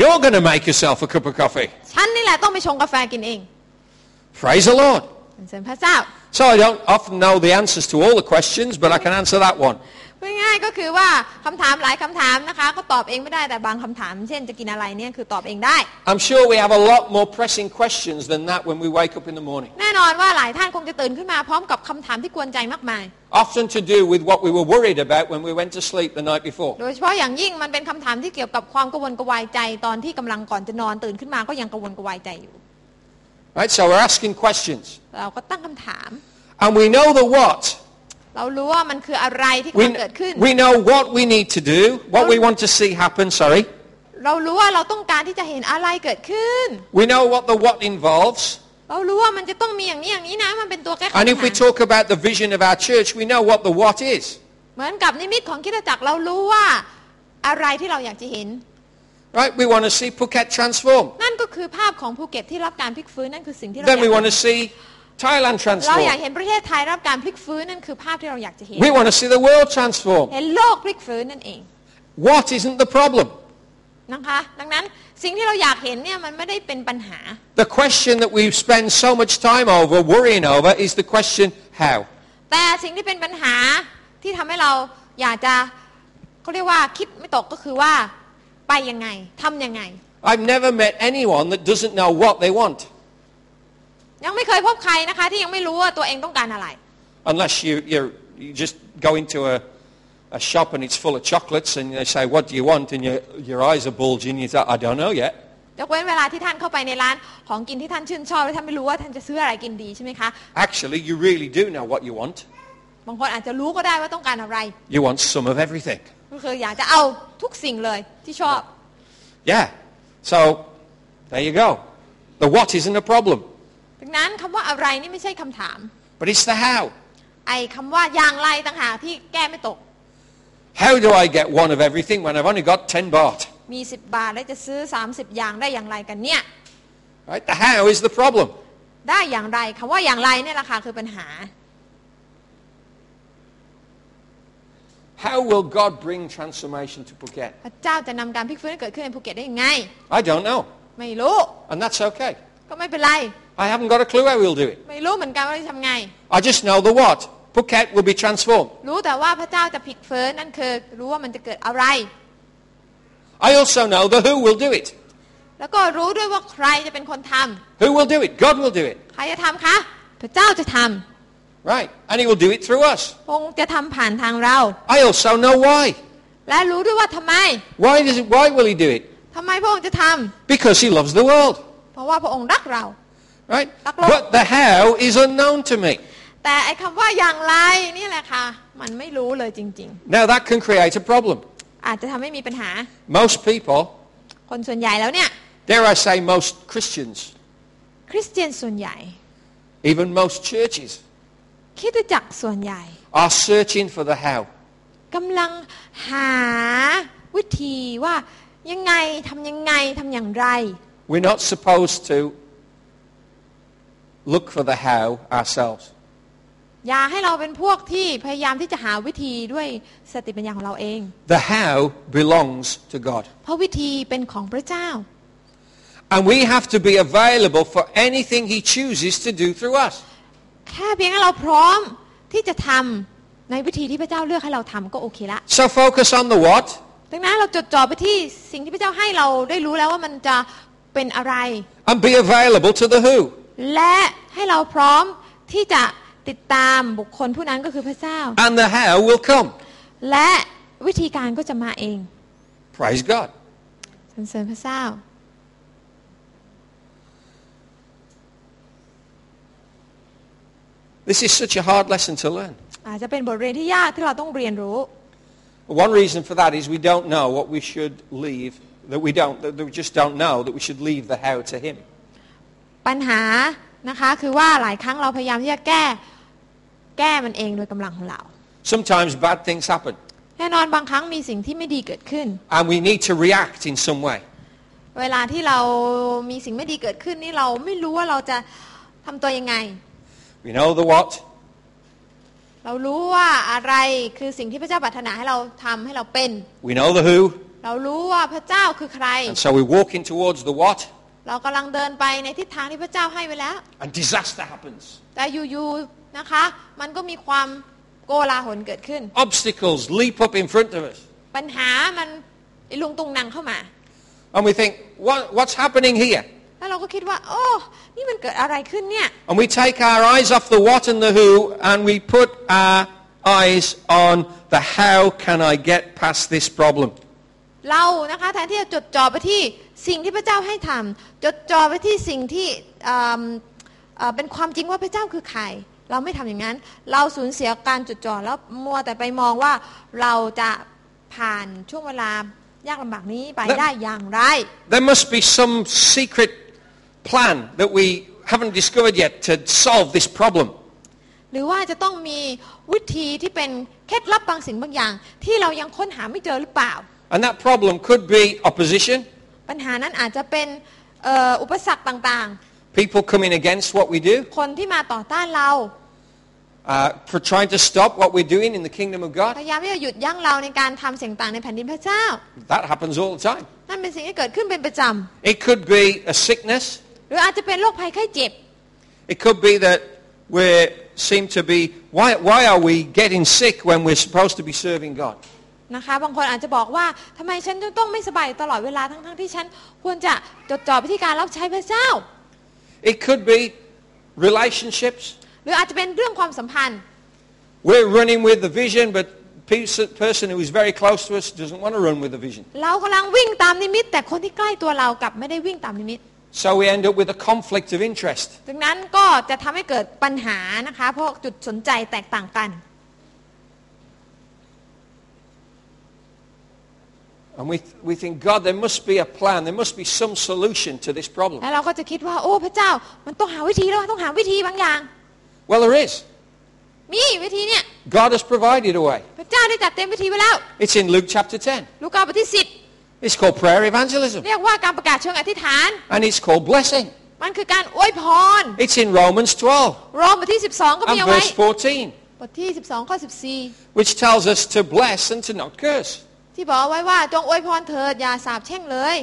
you're going to make yourself a cup of coffee.
ฉันนี่แหละต้องไปชงกาแฟกินเอง
Praise the Lord.
สรรเสริญพระเจ้า
So I don't often know the answers to all the questions, but I can answer that one.
พูดง่ายๆก็คือว่าคำถามหลายคำถามนะคะ ก็ตอบเองไม่ได้แต่บางคำถาม เช่นจะกินอะไรเนี่ยคือตอบเองได้
I'm sure we have a lot more pressing questions than that when we wake up in the morning.
แน่นอนว่าหลายท่านคงจะตื่นขึ้นมาพร้อมกับคำถามที่กวนใจมากมาย
Often to do with what we were worried about when we went to sleep the night before.
โดยเฉพาะอย่างยิ่งมันเป็นคำถามที่เกี่ยวกับความกังวลกระวายใจตอนที่กำลังก่อนจะนอนตื่นขึ้นมาก็ยังกังวลกระวายใจอยู่
Right? So we're asking questions.
เราก็ตั้งคำถาม
And we know the what.
เรารู้ว่ามันคืออะไรที่กำ
We,
ลังเกิดขึ้น
we know what we need to do, what we want to see happen, sorry.
เรารู้ว่าเราต้องการที่จะเห็นอะไรเกิดขึ้น
We know what the what involves.
เรารู้ว่ามันจะต้องมีอย่างนี้อย่างนี้นะ มันเป็นตัวแก้ไขปัญ
And if we
หา
talk about the vision of our church, we know what the what is.
เหมือนกับนิมิตของคริดจักรเรารู้ว่าอะไรที่เราอยากจะเห็น
Right? We want to see Phuket transformed.
นั่นก็คือภาพของภูเก็ตที่รับการพลิกฟื้นนั่นคือสิ่งที่เราอยา
Then
ก
we want to see Thailand
เราอยาก
transformed.
เห็นประเทศไทยรับการพลิกฟื้นนั่นคือภาพที่เราอยากจะเห็น
We want to see the world transformed.
เห็นโลกพลิกฟื้นนั่นเอง
What isn't the problem?
นะคะ ดังนั้นสิ่งที่เราอยากเห็นเนี่ยมันไม่ได้เป็นปัญหา
The question that we spend so much time over, worrying over, is the question, how?
แต่สิ่งที่เป็นปัญหาที่ทำให้เราอยากจะเขาเรียกว่าคิดไม่ตกก็คือว่าไปยังไงทำยังไง
I've never met anyone that doesn't know what they want.
ยังไม่เคยพบใครนะคะ ที่ยังไม่รู้ว่าตัวเองต้องการอะไร
Unless you, you're, you just go into a, a shop and it's full of chocolates and they say, what do you want? And your, your eyes are bulging. You say, I don't know yet.
ยกเว้นเวลาที่ท่านเข้าไปในร้านของกินที่ท่านชื่นชอบแล้วท่านไม่รู้ว่าท่านจะซื้ออะไรกินดีใช่ไหมคะ
Actually, you really do know what you want.
บางคนอาจจะรู้ก็ได้ว่าต้องการอะไร
You want some of everything.
ก็คืออยากจะเอาทุกสิ่งเลยที่ชอบ
Yeah. So there you go. The what isn't a problem,
ดังนั้นคำว่าอะไรนี่ไม่ใช่คำถาม
but it's the how.
ไอ้คำว่าอย่างไรต่างหากที่แก้ไม่ตก
How do I get one of everything when I've only got 10 baht?
มี 10 บาทแล้วจะซื้อ 30 อย่างได้อย่างไรกันเนี่ย
Right? The how is the problem.
ได้อย่างไรคำว่าอย่างไรเนี่ยแหละค่ะคือปัญหา
How will God bring transformation to Phuket?
พระเจ้าจะนำการพลิกฟื้นให้เกิดขึ้นในภูเก็ตได้ยังไง
I don't know.
ไม่รู้
And that's okay.
ก็ไม่เป็นไร
I haven't got a clue how he'll do it.
ไม่รู้เหมือนกันว่าจะทำไง
I just know the what. Phuket will be transformed.
รู้แต่ว่าพระเจ้าจะพลิกฟื้นนั่นคือรู้ว่ามันจะเกิดอะไร
I also know the who will do it.
แล้วก็รู้ด้วยว่าใครจะเป็นคนทำ
Who will do it? God will do it.
ใครจะทำคะ พระเจ้าจะทำ
Right. And he will do it through us.
พระองค์จะทำผ่านทางเรา
I also know why.
และรู้ด้วยว่าทำไม
Why, does it, why will he do it?
ทำไมพระองค์จะทำ
Because he loves the world.
เพราะว่าพระองค์รักเรา
Right?
That's right.
But the how is unknown to me.
แต่ไอ้คำว่าอย่างไรนี่แหละค่ะ มันไม่รู้เลยจริง
Now that can create a problem.
ๆ อาจจะทำให้มีปัญหา
Most people,
คนส่วนใหญ่แล้วเนี่ย
dare I say most Christians,
คริสเตียนส่วนใหญ่
even most churches,
คริดจักรส่วนใหญ่
are searching for the how.
กำลังหาวิธีว่ายังไงทำยังไงทำอย่างไร
We're not supposed to look for the how ourselves.
อย่าให้เราเป็นพวกที่พยายามที่จะหาวิธีด้วยสติปัญญาของเราเอง
The how belongs to God.
เพราะวิธีเป็นของพระเจ้า
And we have to be available for anything he chooses to do through us.
แค่เพียงให้เราพร้อมที่จะทำในวิธีที่พระเจ้าเลือกให้เราทำก็โอเคละ
So focus on the what
ดังนั้นเราจดจ่อไปที่สิ่งที่พระเจ้าให้เราได้รู้แล้วว่ามันจะเป็นอะไร
and be available to the who.
และให้เราพร้อมที่จะติดตามบุคคลผู้นั้นก็คือพระเจ้า
And the how will come.
และวิธีการก็จะมาเอง
Praise God.
สรรเสริญพระเจ้า
This is such a hard lesson to learn.
อาจจะเป็นบทเรียนที่ยากที่เราต้องเรียนรู้
One reason for that is we don't know what we should leave, that we, don't, that we just don't know that we should leave the how to him.
ปัญหานะคะคือว่าหลายครั้งเราพยายามที่จะแก้ แก้มันเองโดยกำลังของเรา
Sometimes bad things happen
แน่นอนบางครั้งมีสิ่งที่ไม่ดีเกิดขึ้น
and we need to react in some way.
เวลาที่เรามีสิ่งไม่ดีเกิดขึ้นนี่เราไม่รู้ว่าเราจะทำตัวยังไง
We know the what,
เรารู้ว่าอะไรคือสิ่งที่พระเจ้าปรารถนาให้เราทำให้เราเป็น
we know the who,
เรารู้ว่าพระเจ้าคือใคร
and so we're walking towards the what
เรากำลังเดินไปในทิศทางที่พระเจ้าให้ไว้แล้ว
and disaster happens.
แต่อยู่ๆนะคะ มันก็มีความโกลาหลเกิดขึ้น
Obstacles leap up in front of us
ปัญหามันอิลุงตุงนังเข้ามา
and we think, what, what's happening here?
แล้วเราก็คิดว่า โอ้ นี่มันเกิดอะไรขึ้นเนี่ย
And we take our eyes off the what and the who and we put our eyes on the how can I get past this problem.
เรานะคะแทนที่จะจดจ่อไปที่สิ่งที่พระเจ้าให้ทำจดจ่อไปที่สิ่งที่เอิ่มเอ่อเป็นความจริงว่าพระเจ้าคือใคร เราไม่ทำอย่างนั้น เราสูญเสียการจดจ่อแล้วมัวแต่ไปมองว่าเราจะผ่านช่วงเวลายากลำบากนี้ไป
และ
ได้อย่างไร
There must be some secret plan that we haven't discovered yet to solve this problem.
หรือว่าจะต้องมีวิธีที่เป็นเคล็ดลับบางสิ่งบางอย่าง ที่เรายังค้นหาไม่เจอหรือเปล่า
And that problem could be opposition,
ปัญหานั้นอาจจะเป็นเอ่ออุปสรรคต่าง
People coming against what we do,
ๆ คนที่มาต่อต้านเรา
uh, for trying to stop what we're doing in the kingdom of
พ
God.
ยายามที่จะหยุดยั้งเราในการทำสิ่งต่างในแผ่นดินพระเจ้า
That happens all the time.
นั่นเป็นสิ่งที่เกิดขึ้นเป็นประจ
It could be a sickness.
ำหรืออาจจะเป็นโรคภัยไข้เจ็บ
It could be that we seem to be, why, why are we getting sick when we're supposed to be serving God?
นะคะบางคนอาจจะบอกว่าทำไมฉันจะต้องไม่สบายตลอดเวลาทั้งๆที่ฉันควรจะจดจ่อไปที่การรับใช้พระเจ้า
It could be relationships.
หรืออาจจะเป็นเรื่องความสัมพันธ์
We're running with the vision, but the person who is very close to us doesn't want to run with the vision.
เรากำลังวิ่งตามนิมิต แต่คนที่ใกล้ตัวเรากลับไม่ได้วิ่งตามนิมิต
So we end up with a conflict of interest.
ดังนั้นก็จะทำให้เกิดปัญหานะคะ เพราะจุดสนใจแตกต่างกัน
And we, we think, God, there must be a plan. There must be some solution to this
แล้
problem.
วเราก็จะคิดว่า โอ้พระเจ้า มันต้องหาวิธีแล้วต้องหาวิธีบางอย่าง
Well, there is.
มีวิธีเนี่ย
God has provided a way.
พระเจ้าได้จัดเต็มวิธีไว้แล้ว
It's in Luke chapter 10.
ลูกาบทที่
It's called prayer evangelism.
10 เรียกว่าการประกาศเชิงอธิษฐาน
And it's called blessing.
มันคือการอวยพร
It's in Romans 12
โรมบทที่ 12 ก็มี
and
เอาไว้
verse 14,
บทที่ 12 ข้อ
which tells us to bless and to not curse.
14 ที่บอกเอาไว้ว่าจงอวยพรเถิดอย่าสาปแช่งเลย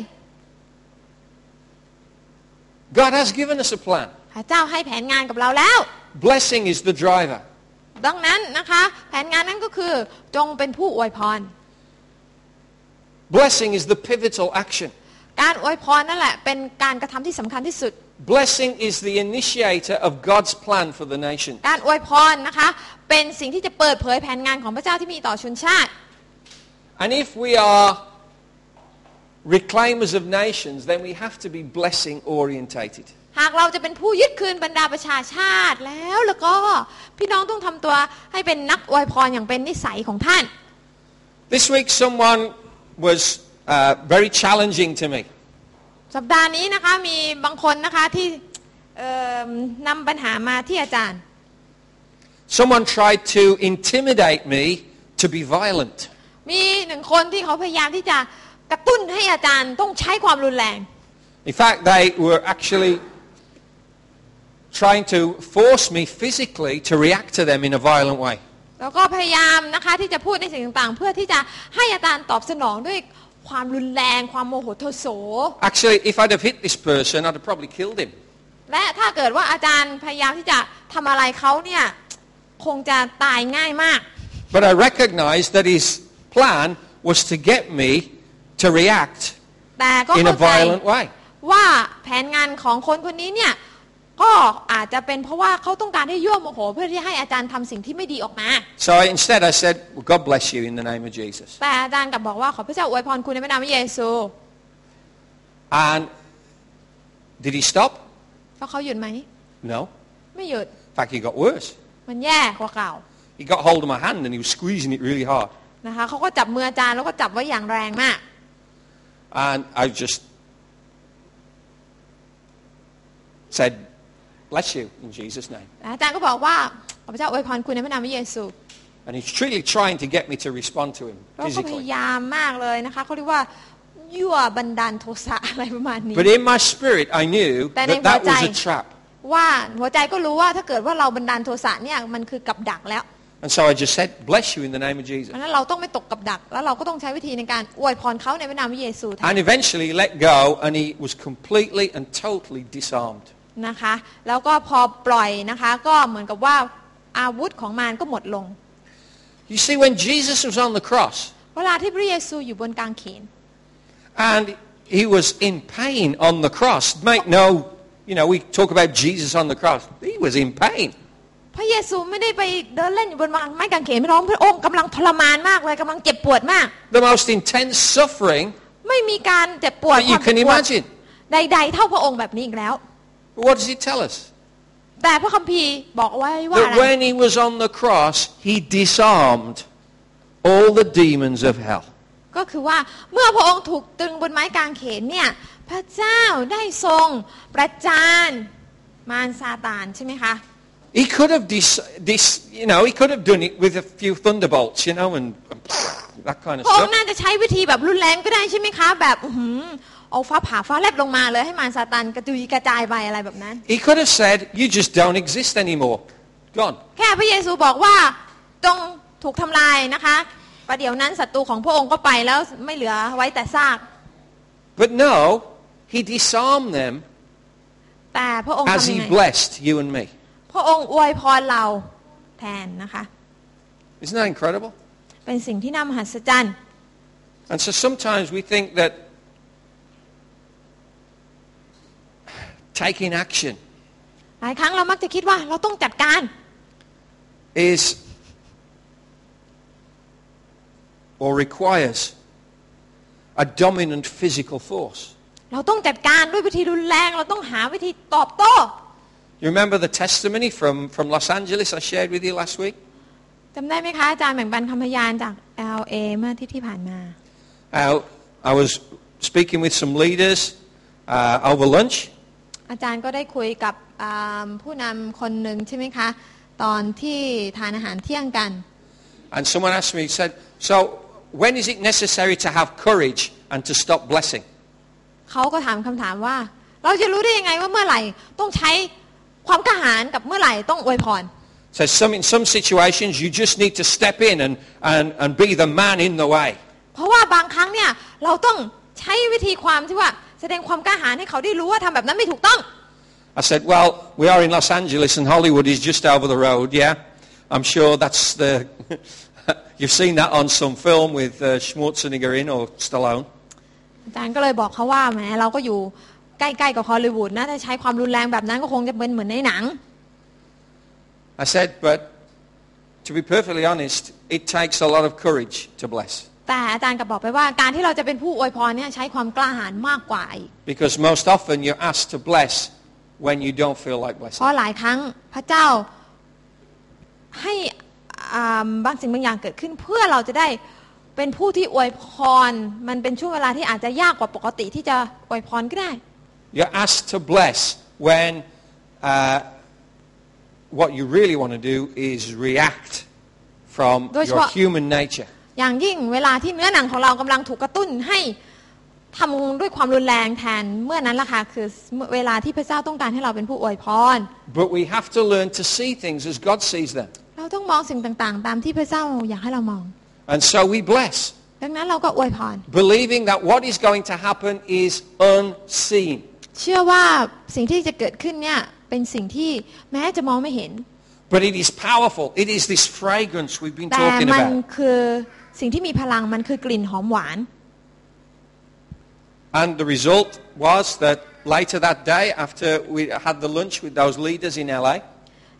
God has given us a plan.
พระเจ้าให้แผนงานกับเราแล้ว
Blessing is the driver.
ดังนั้นนะคะ แผนงานนั้นก็คือจงเป็นผู้อวยพร
Blessing is the pivotal action.
การอวยพรนั่นแหละ เป็นการกระทำที่สำคัญที่สุด
Blessing is the initiator of God's plan for the nation.
การอวยพรนะคะ เป็นสิ่งที่จะเปิดเผยแผนงานของพระเจ้าที่มีต่อชนชาติ
And if we are reclaimers of nations, then we have to be blessing orientated.
หากเราจะเป็นผู้ยึดคืนบรรดาประชาชาติแล้วแล้วก็พี่น้องต้องทำตัวให้เป็นนักอวยพรอย่างเป็นนิสัยของท่าน
This week someone was uh, very challenging to me.
สัปดาห์นี้นะคะมีบางคนนะคะที่เอิ่มนำปัญหามาที่อาจารย์
Someone tried to intimidate me to be violent.
มีหนึ่งคนที่เขาพยายามที่จะกระตุ้นให้อาจารย์ต้องใช้ความรุนแรง
In fact, they were actually trying to force me physically to react to them in a violent way.
แล้วก็พยายามนะคะที่จะพูดในสิ่งต่างๆ เพื่อที่จะให้อาจารย์ตอบสนองด้วยความรุนแรง ความโมโหโทโส
Actually, if I'd have hit this person, I'd have probably killed him.
และถ้าเกิดว่าอาจารย์พยายามที่จะทำอะไรเขาเนี่ยคงจะตายง่ายมาก
But I recognized that his plan was to get me to react
แต่ก็
in a
เข้าใจ
violent way.
ว่าแผนงานของคนคนนี้เนี่ยก็อาจจะเป็นเพราะว่าเขาต้องการให้ยั่วโมโห เพื่อที่ให้อาจารย์ทำสิ่งที่ไม่ดีออกมา
So I, instead, I said, well, God bless you in the name of Jesus.
แต่อาจารย์กลับบอกว่าขอพระเจ้าอวยพรคุณในพระนามพระเยซู
And did he stop?
แล้วเขาหยุดไหม
No.
ไม่หยุด
In fact, he got worse.
มันแย่กว่าเก่า
He got hold of my hand and he was squeezing it really hard.
นะคะเขาก็จับมืออาจารย์แล้วก็จับไว้อย่างแรงมาก
And I just said, bless you in Jesus' name.
และอาจารย์ก็บอกว่าขอพระเจ้าอวยพรคุณในพระนามพระเยซู
And he's truly trying to get me to respond to him
แล้วก็พ
physically.
ยายามมากเลยนะคะเขาเรียกว่ายั่วบันดาลโทสะ อะไรประมาณนี้
But in my spirit, I knew
Then
that
in
that was a
Hosea.
trap.
ว่าหัวใจก็รู้ว่าถ้าเกิดว่าเราบันดาลโทสะเนี่ยมันคือกับดักแล้ว
And so I just said, bless you in the name of
เพ
Jesus.
ราะฉะนั้นเราต้องไม่ตกกับดัก แล้วเราก็ต้องใช้วิธีในการอวยพรเขาในพระนามพระเยซูแทน
And eventually he let go and he was completely and totally disarmed.
นะคะ แล้วก็พอปล่อยนะคะ ก็เหมือนกับว่าอาวุธของมันก็หมดลง
You see, when Jesus was on the cross
เวลาที่พระเยซูอยู่บนกางเขน
and he was in pain on the cross, make no, you know, we talk about Jesus on the cross. He was in pain.
พระเยซูไม่ได้ไปเดินเล่นอยู่บนไม้กางเขนพี่น้องพระองค์กำลังทรมานมากเลยกำลังเจ็บปวดมาก
The most intense suffering
ไม่มีการเจ็บปวด
that
ค
you
วามเจ็บ
can
ปวด
imagine.
ใด ๆ เท่าพระองค์แบบนี้อีกแล้ว
But what does it tell us?
แต่พระคัมภีร์บอกเอาไว้ว่าอะ
That
ไร
when he was on the cross, he disarmed all the demons of hell.
ก็คือว่าเมื่อพระองค์ถูกตรึงบนไม้กางเขนเนี่ยพระเจ้าได้ทรงประจานมารซาตานใช่ไหมคะ
He could have, dis, dis, you know, he could have done it with a few thunderbolts, you know, and, and that kind of
พระอง
stuff.
ค์น่าจะใช้วิธีแบบรุนแรงก็ได้ใช่ไหมคะ แบบอื้อหือ เอาฟ้าผ่าฟ้าแลบลงมาเลยให้มารซาตานกระจุยกระจายไปอะไรแบบนั้น
He could have said, You just don't exist anymore. Gone.
แค่พระเยซูบอกว่าจงถูกทำลายนะคะประเดี๋ยวนั้นศัตรูของพระองค์ก็ไปแล้วไม่เหลือไว้แต่ซาก
But no, he disarmed them
แต่พระองค์
as
ทำยัง
he
ไง
blessed you and me.
พระองค์อวยพรเราแทนนะคะ
Isn't that incredible?
เป็นสิ่งที่น่ามหัศจรรย์
And so sometimes we think that taking action
หลายครั้งเรามักจะคิดว่าเราต้องจัดการ
is or requires a dominant physical force.
เราต้องจัดการด้วยวิธีรุนแรงเราต้องหาวิธีตอบโต้
You remember the testimony from, from Los Angeles I shared with you last week?
จำได้ไหมคะ อาจารย์แบ่งปันคำพยานจาก LA เมื่ออาที่ที่ผ่านมา
How I was speaking with some leaders uh, over lunch,
อาจารย์ก็ได้คุยกับอ่าผู้นำคนหนึ่งใช่ไหมคะ ตอนที่ทานอาหารเที่ยงกัน
and someone asked me, he said, So when is it necessary to have courage and to stop blessing?
เขาก็ถามคำถามว่า เราจะรู้ได้ยังไงว่าเมื่อไหร่ ต้องใช้ความกระหายกับเมื่อไหร่ต้องอวยพร
So some, in some situations, you just need to step in and, and, and be the man in the way.
เพราะว่าบางครั้งเนี่ยเราต้องใช้วิธีความที่ว่าแสดงความกล้าหาญให้เขาได้รู้ว่าทำแบบนั้นไม่ถูกต้อง
I said, well, we are in Los Angeles and Hollywood is just over the road, yeah? I'm sure that's the... You've seen that on some film with uh, Schwarzenegger in or Stallone.
อาจารย์ก็เลยบอกเขาว่าแหมเราก็อยู่ใกล้ๆกับฮอลลีวูดนะถ้าใช้ความรุนแรงแบบนั้นก็คงจะเป็นเหมือนในหนัง
I said, but to be perfectly honest, it takes a lot of courage to bless.
แต่อาจารย์ก็บอกไปว่าการที่เราจะเป็นผู้อวยพรเนี่ยใช้ความกล้าหาญมากกว่าอีก
Because most often you're asked to bless when you don't feel like
เพ
blessing.
ราะหลายครั้งพระเจ้าให้อ่าบางสิ่งบางอย่างเกิดขึ้น เพื่อเราจะได้เป็นผู้ที่อวยพร มันเป็นช่วงเวลาที่อาจจะยากกว่าปกติที่จะอวยพรก็ได้
You're asked to bless when uh, what you really want to do is react from
Dois
your
wa-
human nature.
อย่างยิ่งเวลาที่เนื้อหนังของเรากำลังถูกกระตุ้นให้ทำด้วยความรุนแรงแทนเมื่อนั้นล่ะค่ะคือเวลาที่พระเจ้าต้องการให้เราเป็นผู้อวยพร
But we have to learn to see things as God sees them.
เราต้องมองสิ่งต่างๆ ตามที่พระเจ้าอยากให้เรามอง
And so we bless,
ดังนั้นเราก็อวยพร
believing that what is going to happen is unseen.
เชื่อว่าสิ่งที่จะเกิดขึ้นเนี่ยเป็นสิ่งที่แม้จะมองไม่เห็น
But it is powerful. It is this fragrance we've been
แต่
talking
มัน
about.
คือสิ่งที่มีพลังมันคือกลิ่นหอมหวาน
And the result was that later that day, after we had the lunch with those leaders in LA,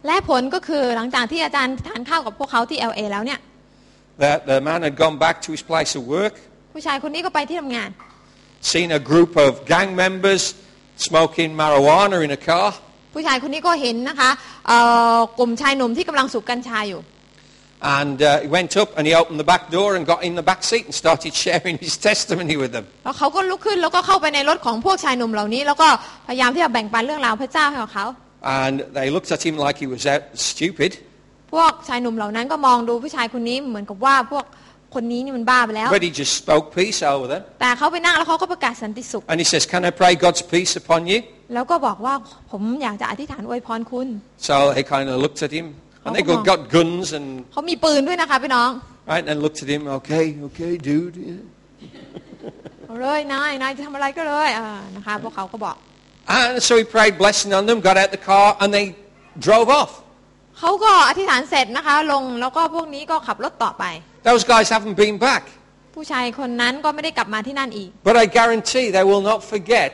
และผลก็คือหลังจากที่อาจารย์ทานข้าวกับพวกเขาที่ LA แล้วเนี่ย
that the man had gone back to his place of work,
ผู้ชายคนนี้ก็ไปที่ทำงาน
seen a group of gang members smoking marijuana in a car,
ผู้ชายคนนี้ก็เห็นนะคะเอ่อกลุ่มชายหนุ่มที่กำลังสูบกัญชาอยู่
and uh, he went up and he opened the back door and got in the back seat and started sharing his testimony with them.
แล้วเขาก็ลุกขึ้นแล้วก็เข้าไปในรถของพวกชายหนุ่มเหล่านี้ แล้วก็พยายามที่จะแบ่งปันเรื่องราวพระเจ้าให้กับเขา
And they looked at him like he was out stupid.
พวกชายหนุ่มเหล่านั้นก็มองดูผู้ชายคนนี้เหมือนกับว่าพวกคนนี้นี่มันบ้าไปแล้ว
But he just spoke peace over them.
แต่เขาไปนั่งแล้วเขาก็ประกาศสันติสุข
And he says, can I pray God's peace upon you?
แล้วก็บอกว่าผมอยากจะอธิษฐานอวยพรคุณ
So they kind of looked at him. And they
Oh, come
got, got guns and
เขามีปืนด้วยนะคะพี่น้อง
right and looked at him. Okay, okay, dude. yeah."
เอาเลยนายนายจะทำอะไรก็เลยอ่านะคะพวกเขาก็บอก
And so he prayed blessing on them, got out the car, and they drove off.
เขาก็อธิษฐานเสร็จนะคะ ลงแล้วก็พวกนี้ก็ขับรถต่อไป
Those guys haven't been back.
ผู้ชายคนนั้นก็ไม่ได้กลับมาที่นั่นอีก
But I guarantee they will not forget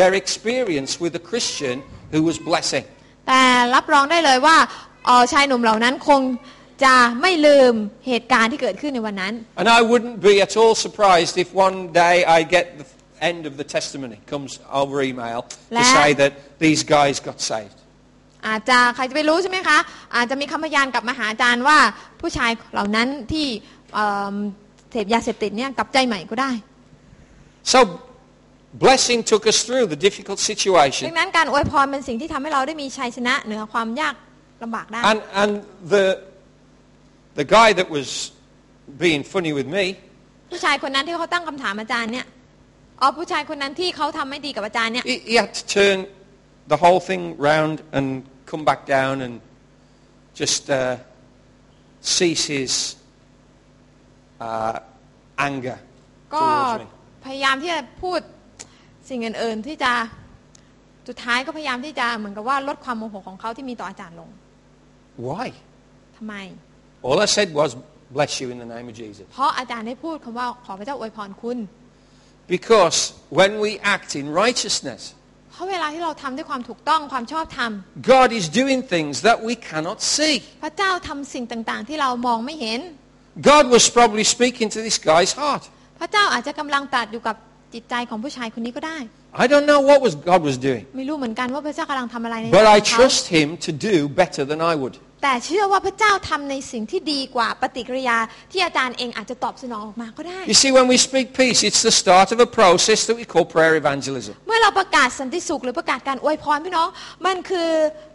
their experience with a Christian who was blessing.
แต่รับรองได้เลยว่าเอ่อชายหนุ่มเหล่านั้นคงจะไม่ลืมเหตุการณ์ที่เกิดขึ้นในวันนั้น
And I wouldn't be at all surprised if one day I get the end of the testimony comes over email to
Lad.
say that these guys got saved.
อาจจะใครจะไปรู้ใช่ไหมคะ อาจจะมีคำพยานกลับมาหาอาจารย์ว่าผู้ชายเหล่านั้นที่เอิ่มเสพยาเสพติดเนี่ยกลับใจใหม่ก็ได้
So blessing took us through the difficult
ดั
situation.
งนั้นการอวยพรเป็นสิ่งที่ทำให้เราได้มีชัยชนะเหนือความยากลำบากได้
And, and the, the guy that was being funny with me,
ผู้ชายคนนั้นที่เขาตั้งคำถามอาจารย์เนี่ย อ๋อผู้ชายคนนั้นที่เขาทำไม่ดีกับอาจารย์เนี่ย
He, he had to turn the whole thing round and come back down and just uh, cease his uh, anger
ก็
towards me.
พยายามที่จะพูดสิ่งอื่นๆที่จะสุดท้ายก็พยายามที่จะเหมือนกับว่าลดความโมโหของเขาที่มีต่ออาจารย์ลง
Why?
ทำไม
All I said was, bless you in the name of Jesus.
เพราะอาจารย์ได้พูดคำว่าขอพระเจ้าอวยพรคุณ
Because when we act in righteousness,
เพราะเวลาที่เราทำด้วยความถูกต้องความชอบธรรม
God is doing things that we cannot see.
พระเจ้าทำสิ่งต่างๆ ที่เรามองไม่เห็น
God was probably speaking to this guy's heart.
พระเจ้าอาจจะกำลังตรัดอยู่กับจิตใจของผู้ชายคนนี้ก็ได้
I don't know what was God was doing,
ไม่รู้เหมือนกันว่าพระเจ้ากำลังทำอะไรในใจข
but I
องเขา
trust him to do better than I would.
แต่เชื่อว่าพระเจ้าทำในสิ่งที่ดีกว่าปฏิกิริยาที่อาจารย์เองอาจจะตอบสนองออกมาก็ได้
You see, when we speak peace, it's the start of a process that we call prayer evangelism.
เมื่อเราประกาศสันติสุขหรือประกาศการอวยพรพี่น้อง มันคือ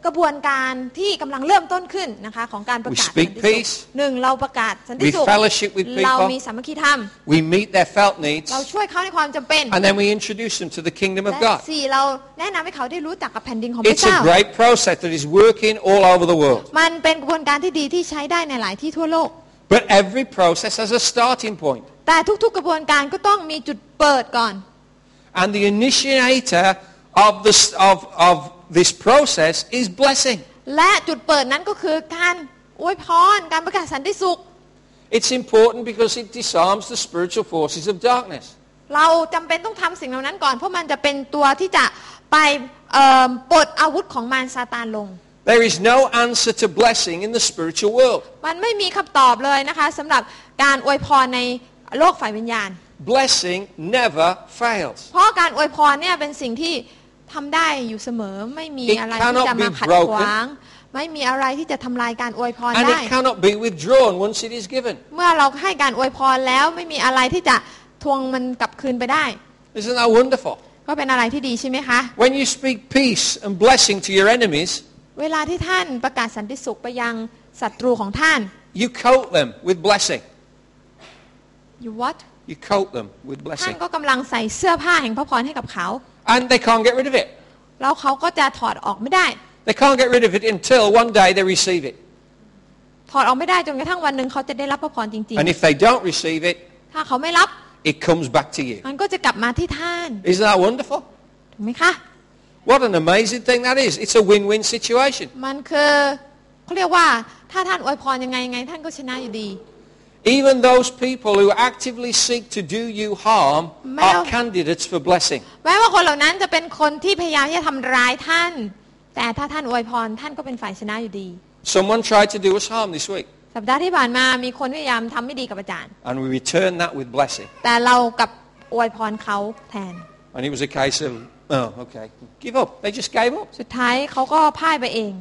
กระบวนการที่กำลังเริ่มต้นขึ้นนะคะของการประกา
We
ศสัน
speak
ติสุข
peace.
หนึ่งเราประกาศสันติสุข
We fellowship with people.
เรามีสามัคคีธรรม
We meet their felt needs,
เราช่วยเขาในความจำเป็น
and then we introduce them to the kingdom of
และ
God.
สี่เราแนะนำให้เขาได้รู้จักกับแผ่นดินของพระ
It's
เจ้า
a great process that is working all over the world.
มันเป็นกระบวนการที่ดีที่ใช้ได้ในหลายที่ทั่วโลก
But every process has a starting point.
แต่ทุกๆ กระบวนการก็ต้องมีจุดเปิดก่อน
And the initiator of this, of, of this process is blessing.
และจุดเปิดนั้นก็คือการอวยพรการประกาศสันติสุข
It's important because it disarms the spiritual forces of darkness.
เราจำเป็นต้องทำสิ่งเหล่านั้นก่อน เพราะมันจะเป็นตัวที่จะไปเอ่อปลดอาวุธของมารซาตานลง
There is no answer to blessing in the spiritual world.
มันไม่มีคำตอบเลยนะคะสำหรับการอวยพรในโลกฝ่ายวิญญาณ
Blessing never fails.
เพราะการอวยพรเนี่ยเป็นสิ่งที่ทำได้อยู่เสมอ ไม่มี
It
อะไร
cannot
ที่จะมา
be
ขัด
broken.
ขวาง ไม่มีอะไรที่จะทำลายการอวยพร
And
ได้
it cannot be withdrawn once it is given.
เมื่อเราให้การอวยพรแล้วไม่มีอะไรที่จะทวงมันกลับคืนไปได้
Isn't that wonderful?
ก็เป็นอะไรที่ดีใช่ไหมคะ
When you speak peace and blessing to your enemies,
เวลาที่ท่านประกาศสันติสุขไปยังศัตรูของท่าน
you coat them with blessing.
you what
You coat them with
ท่า
blessing.
นก็กำลังใส่เสื้อผ้าแห่งพระพรให้กับเขา
And they can't get rid of it.
แล้วเขาก็จะถอดออกไม่ได้
They can't get rid of it until one day they receive it.
ถอดออกไม่ได้จนกระทั่งวันหนึ่งเขาจะได้รับพระพรจริง
And if they don't receive it,
ๆ ถ้าเขาไม่รับ
it comes back to you.
มันก็จะกลับมาที่ท่าน
Isn't that wonderful?
ถูกไหมคะ
What an amazing thing that is. It's a win-win situation.
มันคือเขาเรียกว่าถ้าท่านอวยพรยังไงยังไง ท่านก็ชนะอยู่ดี
Even those people who actively seek to do you harm
Mel.
are candidates for blessing.
แม้ว่าคนเหล่านั้นจะเป็นคนที่พยายามที่จะทำร้ายท่าน แต่ถ้าท่านอวยพรท่านก็เป็นฝ่ายชนะอยู่ดี
Someone tried to do us harm this week,
สัปดาห์ที่ผ่านมามีคนพยายามทำไม่ดีกับอาจารย์
and we returned that with blessing.
แต่เรากลับอวยพรเขาแทน
And it was a case of, oh, okay, give up. They just gave up.
สุดท้ายเขาก็พ่ายไปเอง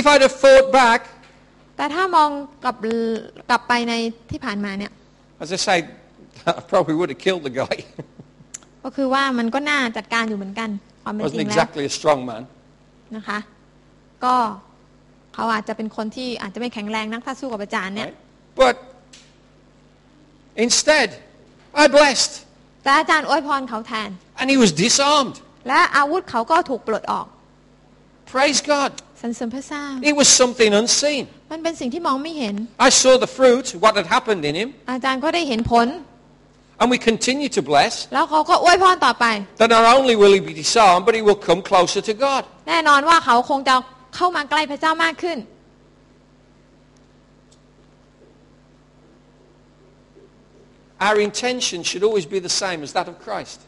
If I'd have fought back,
แต่ถ้ามองกลับกลับไปในที่ผ่านมาเนี่ย
as I say, I probably would have killed the guy.
ก็คือว่ามันก็น่าจัดการอยู่เหมือนกัน ความเป็นจ
wasn't
ริงแล้ว
exactly a strong man.
นะคะ ก็เขาอาจจะเป็นคนที่อาจจะไม่แข็งแรงนักถ้าสู้กับอาจารย์เนี่ย
right? But instead, I blessed,
แต่อาจารย์อวยพรเขาแทน
and he was disarmed.
และอาวุธเขาก็ถูกปลดออก
Praise God.
สันเสริญพระเจ้า
It was something unseen.
มันเป็นสิ่งที่มองไม่เห็น
I saw the fruit, what had happened in him,
อาจารย์ก็ได้เห็นผล
and we continue to bless.
แล้วเขาก็อวยพรต่อไป
Then not only will he be disarmed, but he will come closer to God.
แน่นอนว่าเขาคงจะเข้ามาใกล้พระเจ้ามากขึ้น
Our intention should always be the same as that of Christ.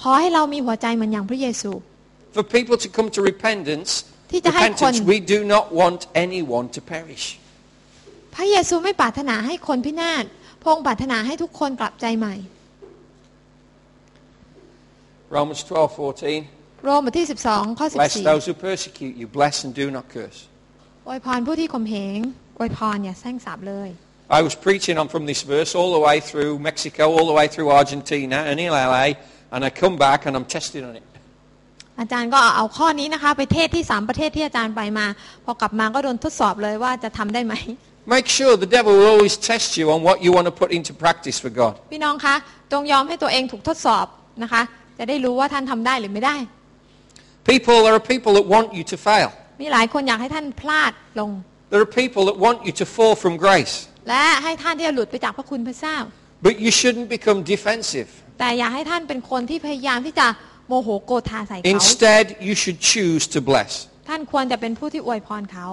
ขอให้เรามีหัวใจเหมือนอย่างพระเยซู
For people to come to repentance,
ที่จะให้คน-
repentance, we do not want anyone to perish.
พระเยซูไม่ปรารถนาให้คนพินาศพระองค์ปรารถนาให้ทุกคนกลับใจใหม่
Romans 12:14.
โรมบทที่ 12 ข้อ
Bless
14
those who persecute you. Bless and do not curse.
อวยพรผู้ที่ข่มเหงอวยพรอย่าแซงสาบเลย
I was preaching on from this verse all the way through Mexico, all the way through Argentina and in LA, and I come back and I'm testing on it.
อาจารย์ก็เอาข้อนี้นะคะ ไปเทศที่ 3 ประเทศที่อาจารย์ไปมา พอกลับมาก็โดนทดสอบเลยว่าจะทำได้ไหม
Make sure the devil will always test you on what you want to put into practice for God.
พี่น้องคะ จงยอมให้ตัวเองถูกทดสอบ นะคะ จะได้รู้ว่าท่านทำได้หรือไม่ได้
People, there are people that want you to fail.
มีหลายคนอยากให้ท่านพลาดลง
There are people that want you to fall from grace.
และให้ท่านที่จะหลุดไปจากพระคุณพระเจ้า
But you shouldn't become defensive.
แต่อยากให้ท่านเป็นคนที่พยายามที่จะโมโหโกธาใส่เขา
Instead, you should choose to bless.
ท่านควรจะเป็นผู้ที่อวยพรเขา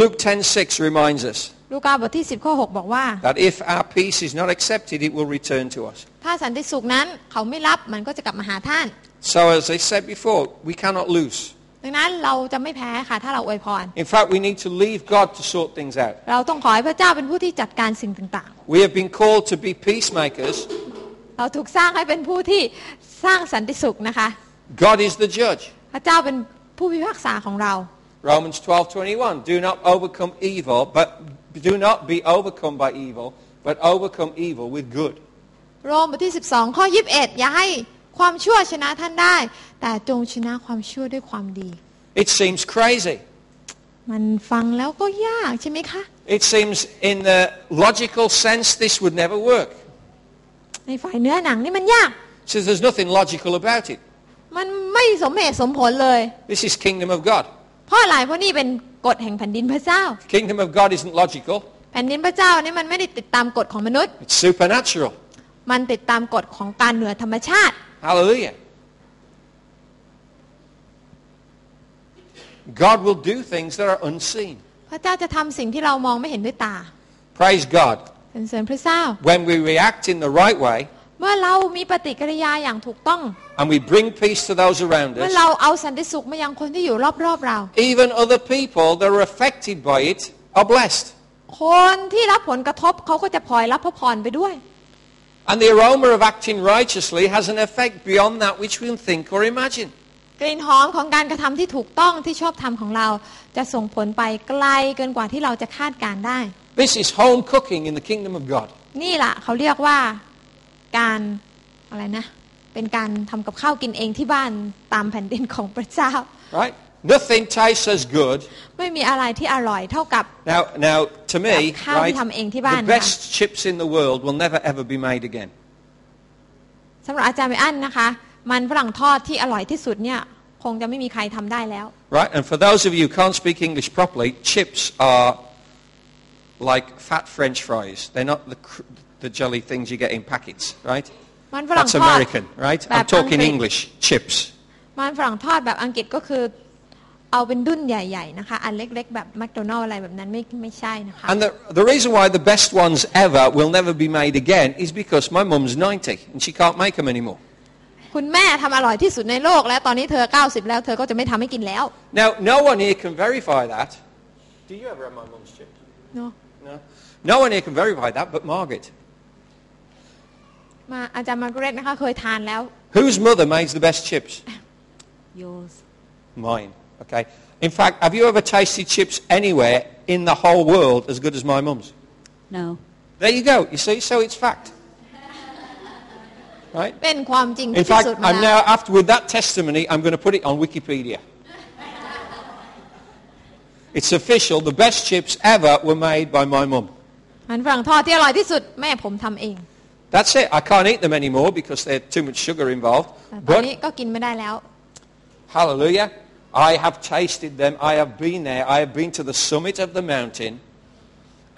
Luke 10:6 reminds us
ลูกาบทที่ 10 ข้อ 6 บอกว่า
that if our peace is not accepted, it will return to us.
ถ้าสันติสุขนั้นเขาไม่รับมันก็จะกลับมาหาท่าน
So as I said before, we cannot lose.
ดังนั้นเราจะไม่แพ้ค่ะ ถ้าเราอวยพร
In fact, we need to leave God to sort things out.
เราต้องขอให้พระเจ้าเป็นผู้ที่จัดการสิ่งต่าง
We have been called to be peacemakers.
ๆ เราถูกสร้างให้เป็นผู้ที่สร้างสันติสุขนะคะ
God is the judge.
พระเจ้าเป็นผู้พิพากษาของเรา
Romans 12:21. Do not overcome evil, but do not be overcome by evil, but overcome evil with good.
โรมบทที่ 12 ข้อ 21 อย่าให้ความชั่วชนะท่านได้ แต่จงชนะความชั่วด้วยความดี
It seems crazy.
มันฟังแล้วก็ยากใช่ไหมคะ
It seems in the logical sense this would never work.
ในฝ่ายเนื้อหนังนี่มันยาก
says there's nothing logical about it.
มันไม่สมเหตุสมผลเลย
This is kingdom of God.
เพราะอะไรเพราะนี่เป็นกฎแห่งแผ่นดินพระเจ้า
Kingdom of God isn't logical.
แผ่นดินพระเจ้านี่มันไม่ได้ติดตามกฎของมนุษย์
It's supernatural.
มันติดตามกฎของการเหนือธรรมชาติ
Hallelujah. God will do things that are unseen.
พระเจ้าจะทำสิ่งที่เรามองไม่เห็นด้วยตา
Praise God.
สรรเสริญพระเจ้า
When we react in the right way
เมื่อเรามีปฏิกิริยาอย่างถูกต้อง
and we bring peace to those around
เมื่อ
us,
เราเอาสันติสุขมายังคนที่อยู่รอบๆเรา
even other people that are affected by it are blessed.
คนที่รับผลกระทบเขาก็จะพลอยรับพระพรไปด้วย
And the aroma of acting righteously has an effect beyond that which we can think or imagine.
กลิ่นหอมของการกระทำที่ถูกต้องที่ชอบทำของเรา จะส่งผลไปไกลเกินกว่าที่เราจะคาดการได้
This is home cooking in the kingdom of God.
นี่ล่ะเขาเรียกว่าการอะไรนะ เป็นการทำกับข้าวกินเองที่บ้านตามแผ่นดินของพระเจ้า
Right? Nothing tastes as good.
ไม่มีอะไรที่อร่อยเท่ากับ
Now, now to me,
Like how
right,
we làm eng thì
the
bạn
best chips in the world will never ever be made again.
สำหรับอาจารย์ไมอันนะคะ มันฝรั่งทอดที่อร่อยที่สุดเนี่ย คงจะไม่มีใครทำได้แล้ว
Right? And for those of you who can't speak English properly, chips are like fat French fries. They're not the, cr- the jelly things you get in packets, right?
มันฝรั่ง
That's
ทอด
American, right?
แบบ
I'm
อัง
talking
กฤษ
English. Chips.
มันฝรั่งทอดแบบอังกฤษก็คือ เอาเป็นดุ้นใหญ่ๆนะคะ อันเล็กๆ แบบแมคโดนัลอะไรแบบนั้นไม่ไม่ใช่นะคะ
And the, the reason why the best ones ever will never be made again is because my mum's 90 and she can't make them anymore.
คุณแม่ทำอร่อยที่สุดในโลก และตอนนี้เธอ 90 แล้วเธอก็จะไม่ทำให้กินแล้ว
Now, no one here can verify that. Do you ever have my mum's chips?
เนาะ
No. No one here can verify that but Margaret.
มาอาจารย์มาร์กาเร็ตนะคะเคยทานแล้ว
Whose mother makes the best chips?
Yours.
Mine. Okay. In fact, have you ever tasted chips anywhere in the whole world as good as my mum's?
No.
There you go. You see, so it's fact. Right?
เป็นความจริง
In
ที่พิ
fact,
สูจน์มา
I'm
แล้ว
now after with that testimony, I'm going to put it on Wikipedia. It's official. The best chips ever were made by my mum.
มันฝรั่งทอดที่อร่อยที่สุดแม่ผมทำเอง
That's it. I can't eat them anymore because there's too much sugar involved.
แต่ตอ
But
นนี้ก็กินไม่ได้แล้ว
Hallelujah. I have tasted them. I have been there. I have been to the summit of the mountain.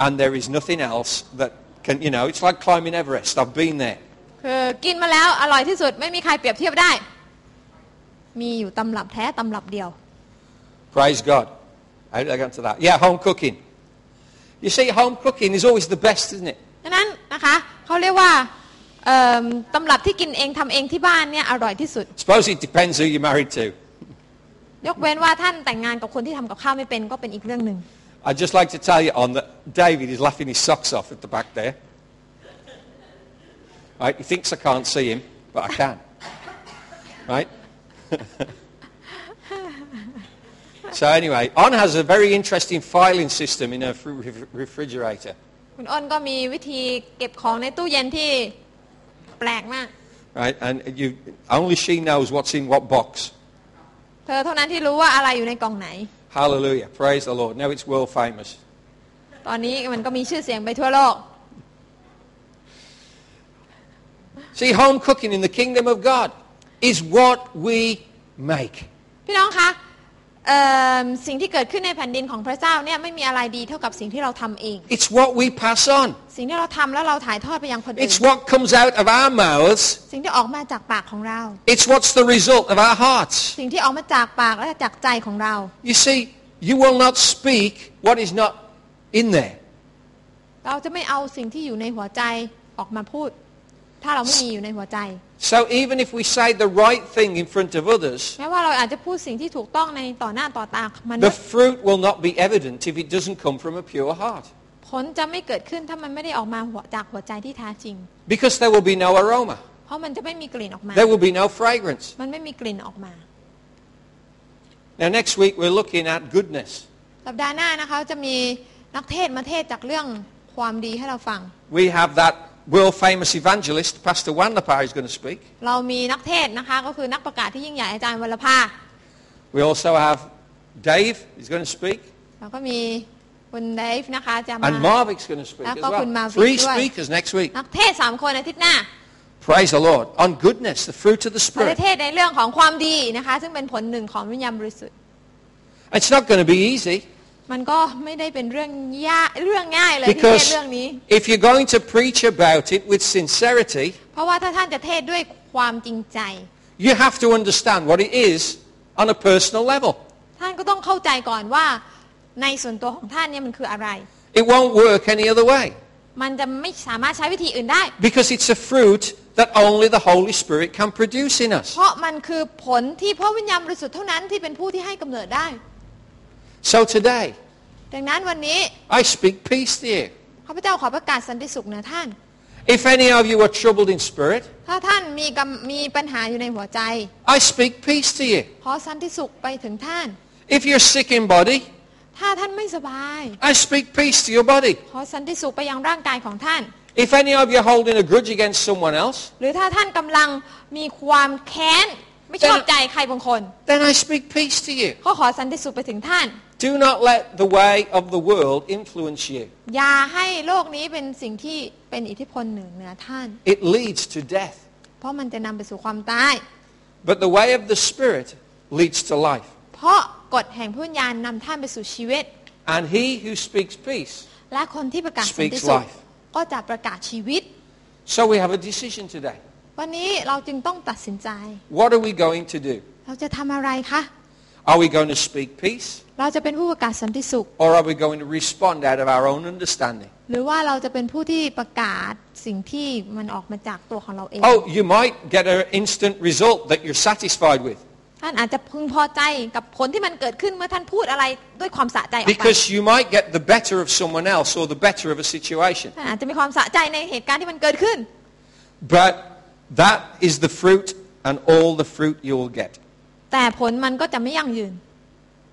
And there is nothing else that can, you know, it's like climbing Everest. I've been there.
คือกินมาแล้วอร่อยที่สุดไม่มีใครเปรียบเทียบได้ มีอยู่ตำรับแท้ตำรับเดียว
Praise God. How did I get into that? Yeah, home cooking. You see, home cooking is always the best, isn't it?
ดังนั้นนะคะเขาเรียกว่าเอิ่มตำรับที่กินเองทำเองที่บ้านเนี่ยอร่อยที่สุด
Suppose it depends who you're married to.
ยกเว้นว่าท่านแต่งงานกับคนที่ทำกับข้าวไม่เป็นก็เป็นอีกเรื่องหนึ่ง
I'd just like to tell you on that David is laughing his socks off at the back there. Right? He thinks I can't see him, but I can. Right? so anyway, On has a very interesting filing system in her fr- re- refrigerator.
คุณอ้นก็มีวิธีเก็บของในตู้เย็นที่แปลกมาก
Right? And you, only she knows what's in what box.
เธอเท่านั้นที่รู้ว่าอะไรอยู่ในกล่องไหน
Hallelujah. Praise the Lord. Now it's world famous.
ตอนนี้มันก็มีชื่อเสียงไปทั่วโลก
See, home cooking in the kingdom of God is what we make.
พี่น้องคะเอิ่มสิ่งที่เกิดขึ้นในแผ่นดินของพระเจ้าเนี่ยไม่มีอะไรดีเท่ากับสิ่งที่เราทำเอง
It's what we pass on.
สิ่งที่เราทำแล้วเราถ่ายทอดไปยังคนอื่น
It's what comes out of our mouths.
สิ่งที่ออกมาจากปากของเรา
It's what's the result of our hearts.
สิ่งที่ออกมาจากปากและจากใจของเรา
You see, you will not speak what is not in there.
เราจะไม่เอาสิ่งที่อยู่ในหัวใจออกมาพูด ถ้าเราไม่มีอยู่ในหัวใจ
So even if we say the right thing in front of others,
แม้ว่าเราอาจจะพูดสิ่งที่ถูกต้องในต่อหน้าต่อตา มันษ
the
ย์
fruit will not be evident if it doesn't come from a pure heart.
ผลจะไม่เกิดขึ้นถ้ามันไม่ได้ออกมาหัวจากหัวใจที่แท้จริง
Because there will be no aroma.
เพราะมันจะไม่มีกลิ่นออกมา
There will be no fragrance.
มันไม่มีกลิ่นออกมา
Now next week we're looking at goodness.
สัปดาห์หน้านะคะจะมีนักเทศน์มาเทศน์จากเรื่องความดีให้เราฟัง
We have that world famous evangelist, Pastor Wanapa, who's going to speak.
เรามีนักเทศน์นะคะ ก็คือนักประกาศที่ยิ่งใหญ่อาจารย์วรภา
We also have Dave, who's going to speak.
แล้วก็มีคุณเดฟนะคะจะมา
And Marvik's going to speak as
Ako kun
well.
Marvik
Three
doon.
speakers next week.
นักเทศน์สามคนอาทิตย์หน้า
Praise the Lord. On goodness, the fruit of the
เขา
Spirit.
จะเทศน์ในเรื่องของความดีนะคะ ซึ่งเป็นผลหนึ่งของวิญญาณบริสุทธิ์
It's not going to be easy
มันก็ไม่ได้เป็นเรื่องยากเรื่องง่ายเลยที่เทศ
because
น์เรื่องนี้
if you're going to preach about it with sincerity,
เพราะว่าถ้าท่านจะเทศน์ด้วยความจริงใจ
you have to understand what it is on a personal level.
ท่านก็ต้องเข้าใจก่อนว่า ในส่วนตัวของท่านเนี่ยมันคืออะไร
It won't work any other way
มันจะไม่สามารถใช้วิธีอื่นได้
because it's a fruit that only the Holy Spirit can produce in
เพ
us.
ราะมันคือผลที่พระวิญญาณบริสุทธิ์เท่านั้นที่เป็นผู้ที่ให้กำเนิดได้
So today,
ดังนั้นวันนี้
I speak peace to you.
ข้าพเจ้าขอประกาศสันติสุขเหนือท่าน
If any of you are troubled in spirit,
ถ้าท่านมีกำมีปัญหาอยู่ในหัวใจ
I speak peace to you.
ขอสันติสุขไปถึงท่าน
If you're sick in body,
ถ้าท่านไม่สบาย
I speak peace to your body.
ขอสันติสุขไปยังร่างกายของท่าน
If any of you are holding a grudge against someone else,
หรือถ้าท่านกำลังมีความแค้นไม่ชอบใจใครบางคน
then I speak peace to you.
ก็ขอสันติสุขไปถึงท่าน
Do not let the way of the world influence you.
อย่าให้โลกนี้เป็นสิ่งที่เป็นอิทธิพลเหนือเหนือท่าน
It leads to death.
เพราะมันจะนำไปสู่ความตาย
But the way of the Spirit leads to life.
เพราะกฎแห่งพุญญาณนำท่านไปสู่ชีวิต
And he who speaks peace.
และคนที่ประกาศสัน
Speaks
ติสุข
life
ก็จะประกาศชีวิต
So we have a decision today.
วันนี้เราจึงต้องตัดสินใจ
What are we going to do?
เราจะทำอะไรคะ
Are we going to speak peace
เราจะเป็นผู้ประกาศสันติสุข
or are we going to respond out of our own understanding?
หรือว่าเราจะเป็นผู้ที่ประกาศสิ่งที่มันออกมาจากตัวของเราเอง
Oh, you might get an instant result that you're satisfied with
ท่านอาจจะพึงพอใจกับผลที่มันเกิดขึ้นเมื่อท่านพูดอะไรด้วยความสะใจออกไป
because you might get the better of someone else or the better of a situation.
ท่านอาจจะมีความสะใจในเหตุการณ์ที่มันเกิดขึ้น
But that is the fruit and all the fruit you will get.
แต่ผลมันก็จะไม่ยั่งยืน